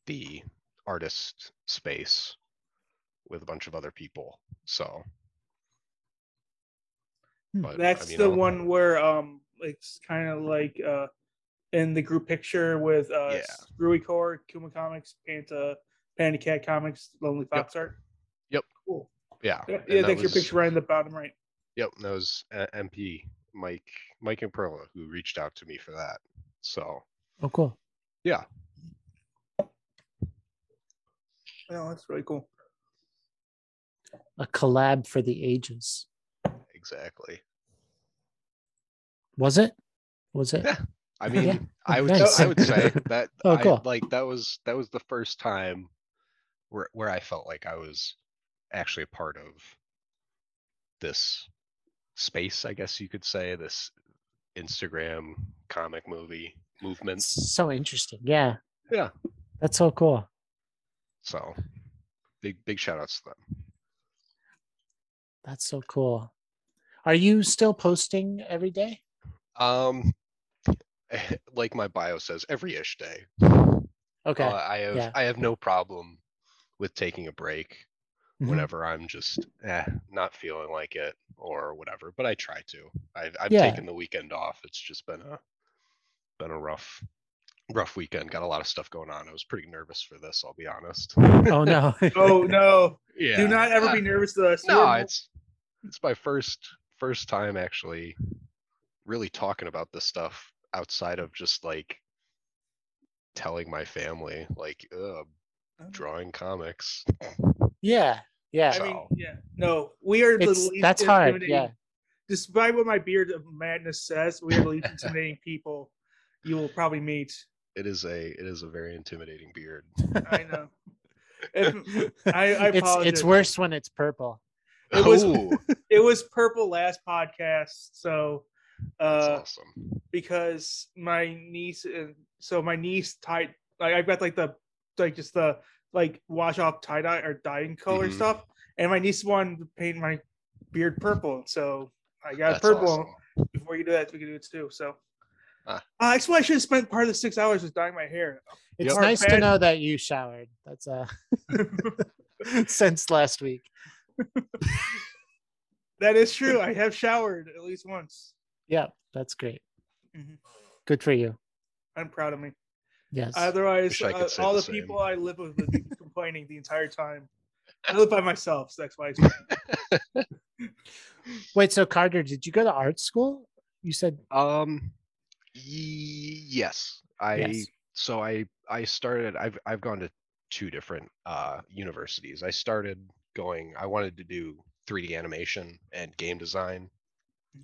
Speaker 3: the artist space with a bunch of other people so
Speaker 2: Hmm.
Speaker 3: but, I
Speaker 1: That's
Speaker 3: mean,
Speaker 1: the
Speaker 3: I'll-
Speaker 1: one where um, it's kind of like uh, in the group picture with uh,
Speaker 3: Yeah.
Speaker 1: Screwy Core, Kuma Comics, Panta, Panda Cat Comics, Lonely Fox Art.
Speaker 3: Yep.
Speaker 1: Cool.
Speaker 3: yeah
Speaker 1: Yeah,
Speaker 3: and
Speaker 1: yeah
Speaker 3: that
Speaker 1: that's your
Speaker 3: was-
Speaker 1: picture right in the bottom right.
Speaker 3: Yep, that was uh, MP Mike Mike and Perla who reached out to me for that. So
Speaker 2: Oh, cool.
Speaker 1: Oh, that's really cool.
Speaker 2: A collab for the ages.
Speaker 3: exactly.
Speaker 2: Was it? Was it?
Speaker 3: Yeah. I
Speaker 2: Yeah.
Speaker 3: mean, I
Speaker 2: Oh,
Speaker 3: would
Speaker 2: nice.
Speaker 3: I would say that
Speaker 2: Oh,
Speaker 3: I,
Speaker 2: cool.
Speaker 3: like that was that was the first time where where I felt like I was actually a part of this space, I guess you could say, this Instagram comic movie movement.
Speaker 2: So interesting. Yeah.
Speaker 3: Yeah.
Speaker 2: That's so cool.
Speaker 3: So big big shout outs to them.
Speaker 2: That's so cool. Are you still posting every day?
Speaker 3: Um, like my bio says, every ish day.
Speaker 2: Okay.
Speaker 1: Oh,
Speaker 3: Uh, I have
Speaker 2: yeah.
Speaker 3: I have no problem with taking a break
Speaker 2: Mhm.
Speaker 3: whenever I'm just eh, not feeling like it or whatever. But I try to. I've, I've
Speaker 2: Yeah.
Speaker 3: taken the weekend off. It's just been a been a rough rough weekend. Got a lot of stuff going on. I was pretty nervous for this. I'll be honest.
Speaker 2: Oh no.
Speaker 1: Oh no!
Speaker 3: yeah.
Speaker 1: Do not ever
Speaker 3: Uh,
Speaker 1: be nervous to us.
Speaker 3: No,
Speaker 1: You're-
Speaker 3: it's it's my first first time actually really talking about this stuff outside of just like telling my family like Ugh, drawing comics.
Speaker 2: yeah. Yeah.
Speaker 1: I mean,
Speaker 3: so.
Speaker 1: yeah. No, we are the
Speaker 2: It's-
Speaker 1: least
Speaker 2: that's hard,
Speaker 1: intimidating-
Speaker 2: yeah.
Speaker 1: Despite what my beard of madness says, we are the least intimidating people you will probably meet.
Speaker 3: It is a it is a very intimidating beard.
Speaker 1: I know. If- I- I
Speaker 2: it's
Speaker 1: apologize.
Speaker 2: it's worse when it's purple.
Speaker 1: It was-
Speaker 3: Ooh,
Speaker 1: it was purple last podcast, so
Speaker 3: that's
Speaker 1: uh
Speaker 3: awesome.
Speaker 1: because my niece and so my niece tied like I've got like the like just the like wash off tie dye or dyeing color
Speaker 3: Mhm.
Speaker 1: stuff, and my niece wanted to paint my beard purple, so I got
Speaker 3: That's
Speaker 1: purple
Speaker 3: awesome. Ah.
Speaker 1: before you do that. We can do it too. So Uh, that's why I should have spent part of the six hours just dyeing my hair.
Speaker 2: It's
Speaker 1: Yep.
Speaker 2: nice to
Speaker 1: Bad-
Speaker 2: know that you showered. That's uh since last week.
Speaker 1: That is true. I have showered at least once.
Speaker 2: Yeah, that's great.
Speaker 3: Mm-hmm.
Speaker 1: Mhm.
Speaker 2: Good for you.
Speaker 1: I'm proud of me.
Speaker 2: Yes.
Speaker 1: Otherwise,
Speaker 3: Wish I could
Speaker 1: uh,
Speaker 3: say
Speaker 1: all
Speaker 3: the
Speaker 1: the,
Speaker 3: same.
Speaker 1: people I live with would be complaining the entire time. I live by myself, so that's why. It's
Speaker 2: Wait, so Carter, did you go to art school? You said
Speaker 3: Um, ye- yes, I
Speaker 2: Yes.
Speaker 3: so I I started. I've I've gone to two different uh universities. I started going. I wanted to do 3D animation and game design,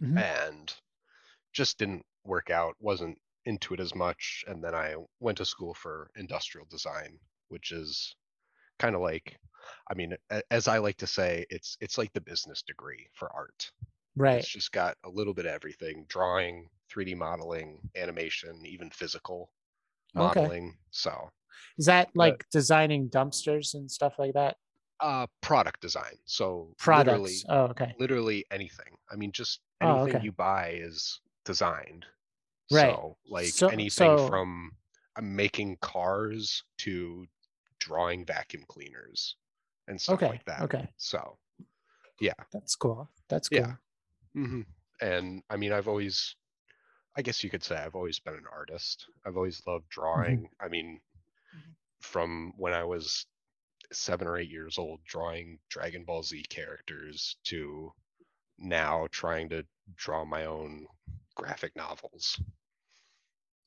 Speaker 2: Mhm.
Speaker 3: and just didn't work out. wasn't into it as much. And then I went to school for industrial design, which is kind of like, I mean, a- as I like to say, it's it's like the business degree for art.
Speaker 2: right.
Speaker 3: It's just got a little bit of everything drawing, 3D modeling, animation, even physical
Speaker 2: Okay.
Speaker 3: modeling. So,
Speaker 2: Is that like designing dumpsters and stuff like that?
Speaker 3: uh, product design. So, literally,
Speaker 2: Products. Oh, okay.
Speaker 3: literally anything. I mean, just
Speaker 2: Oh,
Speaker 3: anything
Speaker 2: okay.
Speaker 3: you buy is designed.
Speaker 2: Right.
Speaker 3: So, like
Speaker 2: So-
Speaker 3: anything
Speaker 2: so-
Speaker 3: from uh, making cars to drawing vacuum cleaners and stuff
Speaker 2: Okay.
Speaker 3: like that.
Speaker 2: Okay.
Speaker 3: So,
Speaker 2: That's cool. That's cool.
Speaker 3: Yeah.
Speaker 2: Mm-hmm.
Speaker 3: hmm And I mean, I've always, I guess you could say I've always been an artist. I've always loved
Speaker 2: Mm-hmm.
Speaker 3: drawing. I mean,
Speaker 1: Mhm.
Speaker 3: from when I was seven or eight years old, drawing Dragon Ball Z characters to now trying to draw my own graphic novels.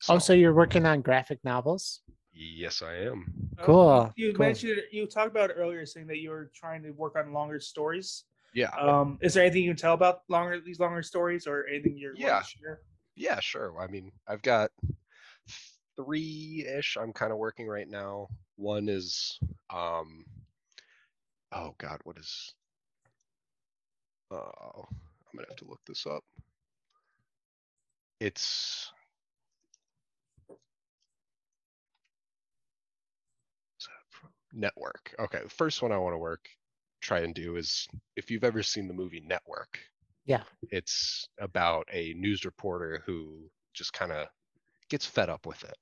Speaker 2: Oh, so you're working on graphic novels?
Speaker 3: yes, I am.
Speaker 1: Uh, you-
Speaker 2: Cool,
Speaker 1: You,
Speaker 2: cool.
Speaker 1: mentioned you talked about it earlier, saying that you were trying to work on longer stories.
Speaker 3: Yeah.
Speaker 1: Um, is there anything you can tell about longer these longer stories, or anything you're
Speaker 3: Yeah.
Speaker 1: willing to share?
Speaker 3: Yeah, sure. I mean, I've got three ish I'm kind of working right now. One is um oh god, what is oh I'm gonna have to look this up. It's Is that from- network. Okay, the first one I want to work try and do is if you've ever seen the movie Network, it's about a news reporter who just kind of gets fed up with it.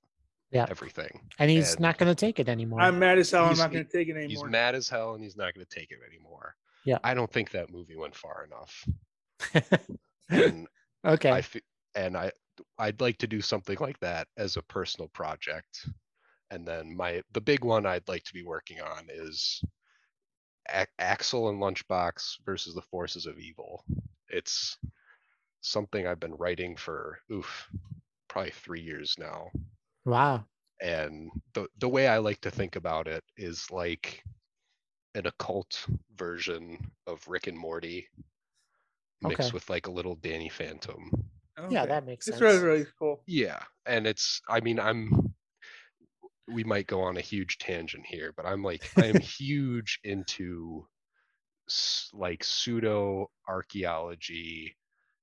Speaker 2: Yeah.
Speaker 3: Everything.
Speaker 2: And he's
Speaker 3: And-
Speaker 2: not going to take it anymore.
Speaker 1: I'm mad as hell. I'm
Speaker 3: He's-
Speaker 1: not going to take it
Speaker 3: He's
Speaker 1: anymore.
Speaker 3: mad as hell and he's not going to take it anymore.
Speaker 2: Yeah.
Speaker 3: I don't think that movie went far enough. And
Speaker 2: okay.
Speaker 3: I fe- and I I'd like to do something like that as a personal project. And then my the big one I'd like to be working on is A- Axel and Lunchbox versus the forces of evil. It's something I've been writing for oof probably 3 years now.
Speaker 2: wow.
Speaker 3: and the the way I like to think about it is like an occult version of Rick and Morty mixed
Speaker 2: Okay.
Speaker 3: with like a little Danny Phantom.
Speaker 2: Yeah,
Speaker 1: Okay.
Speaker 2: that makes sense.
Speaker 1: It's really really cool.
Speaker 3: Yeah, and it's I mean I'm we might go on a huge tangent here, but I'm like I'm huge into s- like pseudo archaeology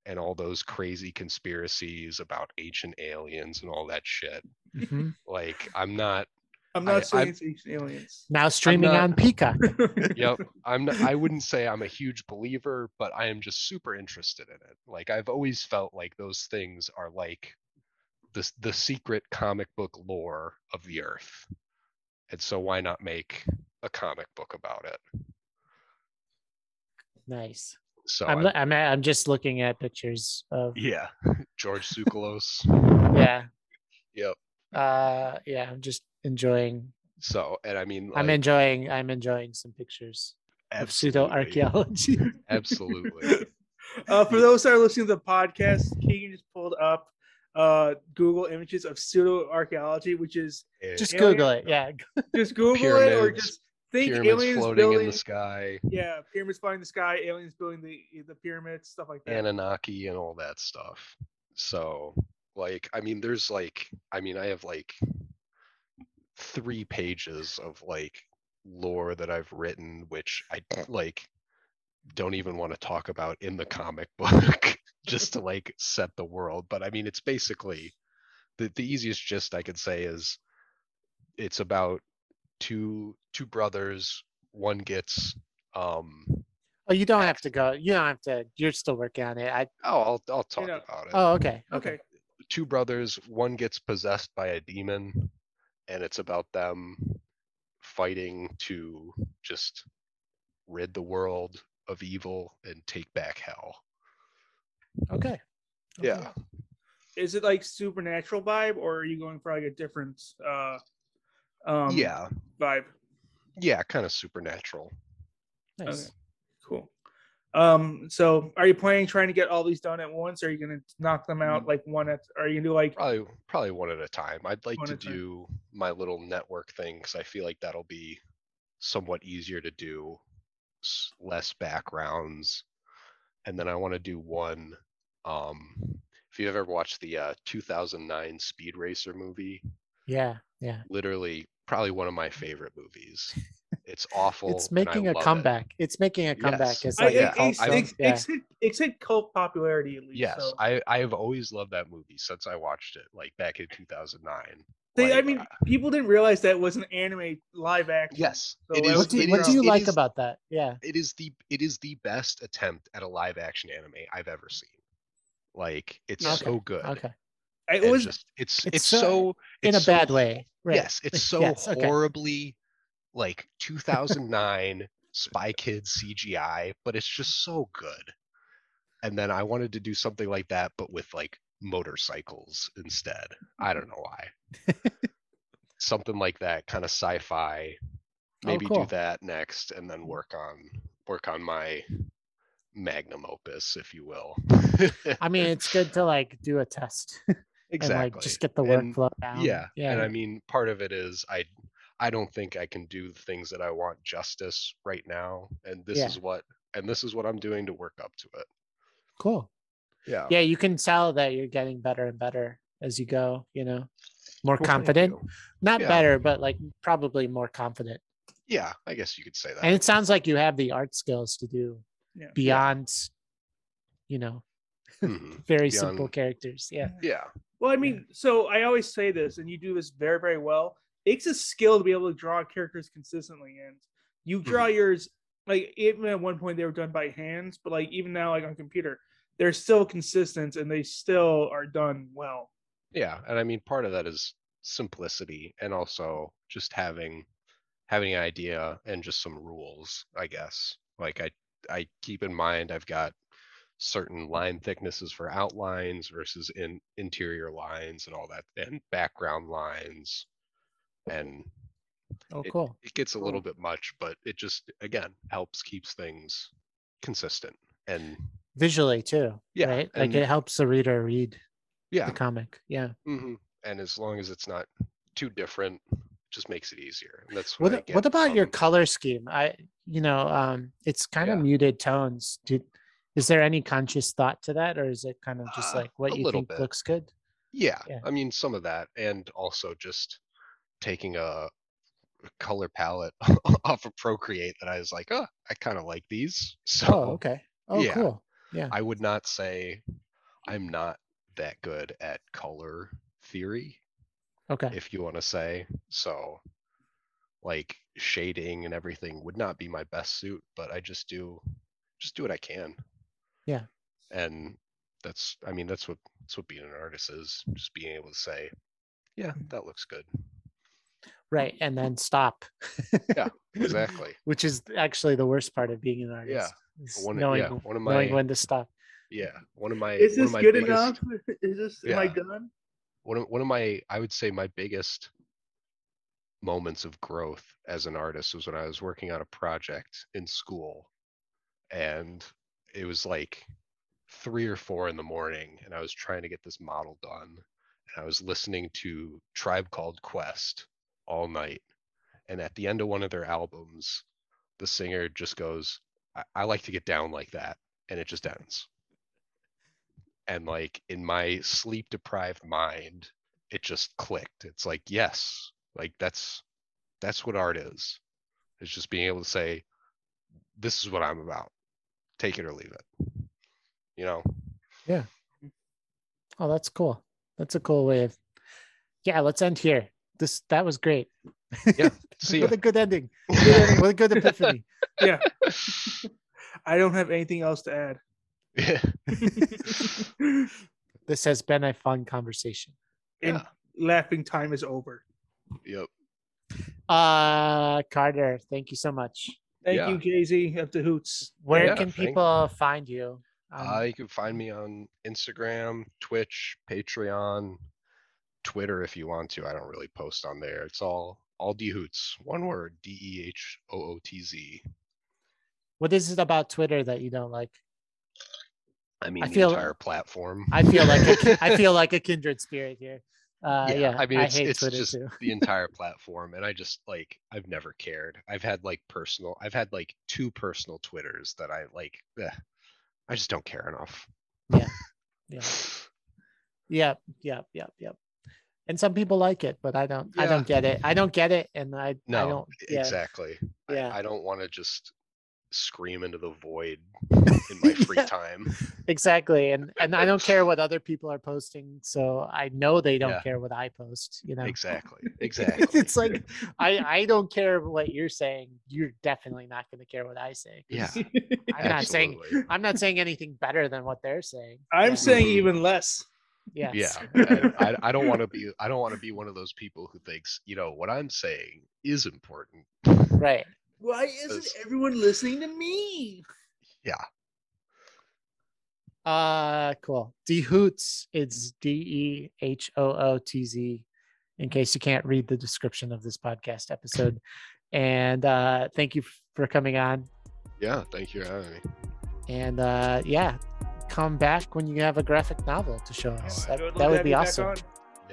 Speaker 3: and all those crazy conspiracies about ancient aliens and all that shit.
Speaker 2: Mhm.
Speaker 3: Like I'm not
Speaker 1: I'm
Speaker 3: I-
Speaker 1: not saying
Speaker 3: I-
Speaker 1: it's ancient aliens.
Speaker 2: Now streaming
Speaker 3: not-
Speaker 2: on Peacock.
Speaker 3: yep i'm not, i wouldn't say i'm a huge believer but i am just super interested in it like i've always felt like those things are like the, s- the secret comic book lore of the earth and so why not make a comic book about it
Speaker 2: Nice.
Speaker 3: so
Speaker 2: I'm,
Speaker 3: I'm-
Speaker 2: lo- I'm I'm just looking at pictures of
Speaker 3: yeah george Tsoukalos.
Speaker 2: yeah.
Speaker 3: Yep.
Speaker 2: Uh yeah, I'm just enjoying
Speaker 3: so and i mean
Speaker 2: I'm
Speaker 3: like,
Speaker 2: enjoying I'm enjoying some pictures of pseudo
Speaker 3: absolutely,
Speaker 2: archaeology.
Speaker 3: absolutely
Speaker 1: uh, for those that are listening to the podcast, Keegan just pulled up uh, Google images of pseudo archaeology, which is
Speaker 3: It-
Speaker 2: just
Speaker 1: Alien-
Speaker 2: Google it. Yeah.
Speaker 1: just Google it or
Speaker 3: Pyramids-
Speaker 1: just think
Speaker 3: Eh, pyramids
Speaker 1: aliens
Speaker 3: floating
Speaker 1: building.
Speaker 3: in the sky
Speaker 1: Yeah, pyramids flying in the sky, aliens building the the pyramids, stuff like that.
Speaker 3: Anunnaki and all that stuff. So, like, I mean, there's like, I mean, I have like three pages of like lore that I've written, which I like don't even want to talk about in the comic book just to like set the world. But I mean, it's basically the, the easiest gist I could say is it's about two two brothers. One gets um
Speaker 2: Oh, you don't have to go. You don't have to. You're still working on it. I
Speaker 3: oh I'll I'll talk
Speaker 1: know,
Speaker 3: about it.
Speaker 2: Oh, okay.
Speaker 1: okay.
Speaker 3: two brothers. One gets possessed by a demon, and it's about them fighting to just rid the world of evil and take back hell.
Speaker 2: Okay.
Speaker 3: Yeah.
Speaker 1: Is it like supernatural vibe, or are you going for like a different uh, um,
Speaker 3: yeah.
Speaker 1: vibe?
Speaker 3: Yeah. Kind of supernatural.
Speaker 2: Nice.
Speaker 1: Cool. Um, so are you planning trying to get all these done at once? Or are you gonna knock them
Speaker 3: Mm.
Speaker 1: out like one at are you gonna do like
Speaker 3: Probably, probably one at a time. I'd like
Speaker 1: One
Speaker 3: to
Speaker 1: at a time.
Speaker 3: do my little network thing because I feel like that'll be somewhat easier to do, s- less backgrounds, and then I want to do one. Um, if you've ever watched the uh, 2009 Speed Racer movie,
Speaker 2: Yeah. Yeah.
Speaker 3: literally probably one of my favorite movies. It's awful.
Speaker 2: It's
Speaker 3: and I
Speaker 2: making a
Speaker 3: love it.
Speaker 2: comeback. It's making a comeback.
Speaker 3: Yes.
Speaker 2: It's
Speaker 1: I,
Speaker 2: like a
Speaker 3: yeah,
Speaker 1: it,
Speaker 2: cult
Speaker 1: it's,
Speaker 3: I-
Speaker 2: film.
Speaker 1: it's,
Speaker 2: yeah.
Speaker 1: it's, hit, it's hit cult popularity at least.
Speaker 3: Yes,
Speaker 1: so.
Speaker 3: I I have always loved that movie since I watched it, like back in 2009.
Speaker 1: They- I
Speaker 3: like,
Speaker 1: mean,
Speaker 3: uh,
Speaker 1: people didn't realize that was an anime live action.
Speaker 3: Yes,
Speaker 1: So
Speaker 3: it
Speaker 1: I
Speaker 3: is.
Speaker 1: was
Speaker 2: What do you,
Speaker 3: it
Speaker 1: thinking
Speaker 2: what
Speaker 3: is-
Speaker 2: do you
Speaker 3: it
Speaker 2: like
Speaker 3: is-
Speaker 2: about that? Yeah.
Speaker 3: it is the it is the best attempt at a live action anime I've ever seen. Like it's
Speaker 1: Yeah.
Speaker 3: so good.
Speaker 2: Okay.
Speaker 1: It
Speaker 3: and
Speaker 1: was
Speaker 3: just it's
Speaker 2: It's
Speaker 3: it's,
Speaker 2: so-
Speaker 3: so
Speaker 2: In
Speaker 3: it's
Speaker 2: a
Speaker 3: so-
Speaker 2: bad way. Right.
Speaker 3: Yes, it's so
Speaker 2: Yes, okay.
Speaker 3: horribly like 2009 Spy Kids CGI, but it's just so good. And then I wanted to do something like that, but with like motorcycles instead. I don't know why. something like that, kind of sci-fi.
Speaker 2: Oh,
Speaker 3: Maybe
Speaker 2: cool.
Speaker 3: do that next, and then work on work on my magnum opus, if you will.
Speaker 2: I mean, it's good to like do a test and
Speaker 3: exactly.
Speaker 2: like just get the
Speaker 3: And-
Speaker 2: workflow down.
Speaker 3: yeah
Speaker 2: Yeah.
Speaker 3: and i mean part of it is i i don't think i can do the things that i want justice right now and this
Speaker 2: Yeah.
Speaker 3: is what and this is what i'm doing to work up to it
Speaker 2: cool.
Speaker 3: yeah
Speaker 2: Yeah. You can tell that you're getting better and better as you go, you know, more
Speaker 3: Well, thank
Speaker 2: confident.
Speaker 3: you.
Speaker 2: Not
Speaker 3: Yeah.
Speaker 2: better, but like probably more confident.
Speaker 3: yeah i guess you could say that
Speaker 2: And it sounds like you have the art skills to do
Speaker 1: Yeah. Yeah.
Speaker 2: beyond, you know,
Speaker 3: Mhm.
Speaker 2: very simple
Speaker 3: Beyond-
Speaker 2: characters. Yeah.
Speaker 3: yeah
Speaker 1: well, I mean, so I always say this, and you do this very, very well. It's a skill to be able to draw characters consistently, and you draw
Speaker 3: Mm-hmm.
Speaker 1: yours like even at one point they were done by hands, but like even now, like on computer, they're still consistent and they still are done well.
Speaker 3: yeah and i mean part of that is simplicity and also just having having an idea and just some rules i guess like i i keep in mind i've got certain line thicknesses for outlines versus in interior lines and all that and background lines and
Speaker 2: Oh, cool.
Speaker 3: it gets a little bit much but it just again helps keeps things consistent and
Speaker 2: Visually too.
Speaker 3: Yeah,
Speaker 2: Right. Like
Speaker 3: and-
Speaker 2: it helps the reader read
Speaker 3: yeah
Speaker 2: the comic. Yeah.
Speaker 3: hmm And as long as it's not too different, it just makes it easier. And that's what.
Speaker 2: What what about your color scheme? I you know, um it's kind of
Speaker 3: um Yeah.
Speaker 2: muted tones. Did is there any conscious thought to that or is it kind of just
Speaker 3: Uh,
Speaker 2: like what
Speaker 3: a
Speaker 2: you
Speaker 3: little
Speaker 2: think
Speaker 3: bit.
Speaker 2: looks good?
Speaker 3: Yeah,
Speaker 2: yeah.
Speaker 3: I mean some of that, and also just taking a color palette off of Procreate that I was like, oh, I kind of like these. So
Speaker 2: Oh, okay. Oh,
Speaker 3: yeah.
Speaker 2: cool.
Speaker 3: I would not say I'm not that good at color theory.
Speaker 2: Okay.
Speaker 3: if you want to say. So, like shading and everything would not be my best suit, but I just do, just do what I can.
Speaker 2: Yeah.
Speaker 3: And that's, I mean, that's what that's what being an artist is, just being able to say, yeah,
Speaker 2: Mm.
Speaker 3: that looks good.
Speaker 2: Right. And then stop.
Speaker 3: Exactly.
Speaker 2: Which is actually the worst part of being an artist. is
Speaker 3: One,
Speaker 2: knowing,
Speaker 3: yeah, one of my,
Speaker 2: knowing when to stop.
Speaker 3: yeah, one of my,
Speaker 1: Is
Speaker 3: one of
Speaker 1: this
Speaker 3: my
Speaker 1: good
Speaker 3: biggest-
Speaker 1: enough? Is this am I
Speaker 3: Yeah.
Speaker 1: done?
Speaker 3: one of, one of my i would say my biggest moments of growth as an artist was when i was working on a project in school and it was like three or four in the morning and i was trying to get this model done and i was listening to tribe called quest all night and at the end of one of their albums the singer just goes i, I like to get down like that and it just ends and like in my sleep deprived mind it just clicked it's like yes like that's that's what art is it's just being able to say this is what i'm about take it or leave it you know
Speaker 2: Oh, that's cool. That's a cool way of Yeah, let's end here. This that was great.
Speaker 3: see
Speaker 2: With
Speaker 3: ya.
Speaker 2: a good ending. Good ending. With a good epiphany.
Speaker 1: I don't have anything else to add.
Speaker 3: Yeah.
Speaker 2: This has been a fun conversation.
Speaker 1: And
Speaker 3: Yeah.
Speaker 1: laughing time is over.
Speaker 3: Yep.
Speaker 2: Uh, Carter, thank you so much.
Speaker 1: Thank
Speaker 3: Yeah.
Speaker 1: you, Jay Z of the Hoots.
Speaker 2: Where
Speaker 3: Yeah,
Speaker 2: can
Speaker 3: thank-
Speaker 2: people find you? Um,
Speaker 3: Uh, you can find me on Instagram, Twitch, Patreon, Twitter if you want to. I don't really post on there. It's all all D hoots. One word, D E H O O T Z.
Speaker 2: what is it about Twitter that you don't like?
Speaker 3: I mean the
Speaker 2: feel-
Speaker 3: entire platform.
Speaker 2: I feel like a ki- I feel like a kindred spirit here. Uh, yeah,
Speaker 3: I mean, it's,
Speaker 2: hate
Speaker 3: it's
Speaker 2: Twitter
Speaker 3: just
Speaker 2: too.
Speaker 3: the entire platform, and I just like I've never cared. I've had like personal, I've had like two personal Twitters that I like. eh, I just don't care enough.
Speaker 2: Yeah. Yeah. Yep, yep, yep, yep. And some people like it, but I don't. I
Speaker 3: Yeah.
Speaker 2: don't get it. I don't get it, and I, I
Speaker 3: No,
Speaker 2: don't. Yeah,
Speaker 3: Exactly. I-
Speaker 2: Yeah.
Speaker 3: I, don't want to just scream into the void in my free
Speaker 2: Yeah.
Speaker 3: time.
Speaker 2: exactly. And and I don't care what other people are posting, so I know they don't
Speaker 3: Yeah.
Speaker 2: care what I post. You know,
Speaker 3: Exactly. Exactly.
Speaker 2: it's like I I don't care what you're saying. You're definitely not going to care what I say. 'cause
Speaker 3: Yeah.
Speaker 2: I'm not saying
Speaker 3: absolutely.
Speaker 2: I'm not saying anything better than what they're saying.
Speaker 1: I'm
Speaker 2: Yeah.
Speaker 1: saying
Speaker 3: Mhm.
Speaker 1: even less.
Speaker 2: yes.
Speaker 3: Yeah. I, I- I don't want to be. I don't want to be one of those people who thinks you know what I'm saying is important.
Speaker 2: right.
Speaker 1: Why
Speaker 3: Yes.
Speaker 1: everyone listening to me?
Speaker 3: Yeah.
Speaker 2: Uh cool. D Hoots is D E H O O T Z in case you can't read the description of this podcast episode. And uh thank you for coming on.
Speaker 3: Yeah. Thank you for having me.
Speaker 2: And uh yeah, come back when you have a graphic novel to show
Speaker 1: Oh,
Speaker 2: us.
Speaker 3: I
Speaker 2: That, that would be awesome.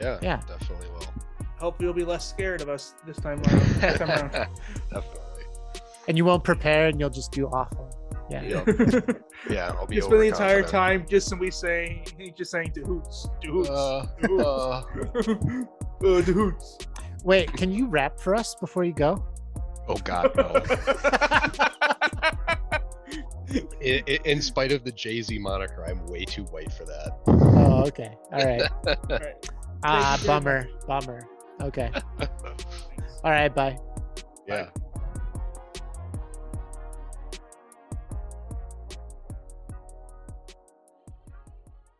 Speaker 3: Yeah.
Speaker 2: Yeah.
Speaker 3: Definitely will.
Speaker 1: Hope you'll be less scared of us this time around. This time around.
Speaker 3: Definitely.
Speaker 2: And you won't prepare and you'll just do awful. Yeah.
Speaker 3: Yep. Yeah, I'll be.
Speaker 1: it's been the entire
Speaker 3: overconfident.
Speaker 1: time just we saying he's just saying to hoots, to hoots,
Speaker 3: Uh,
Speaker 1: to hoots,
Speaker 3: uh,
Speaker 1: uh, to hoots.
Speaker 2: Wait, can you rap for us before you go?
Speaker 3: oh God, no! I i in spite of the Jay Z moniker, I'm way too white for that.
Speaker 1: Uh,
Speaker 2: Oh, okay. All right.
Speaker 1: Right.
Speaker 2: Ah,
Speaker 1: Thank you.
Speaker 2: bummer. Bummer. Okay.
Speaker 3: yeah.
Speaker 2: All right. Bye.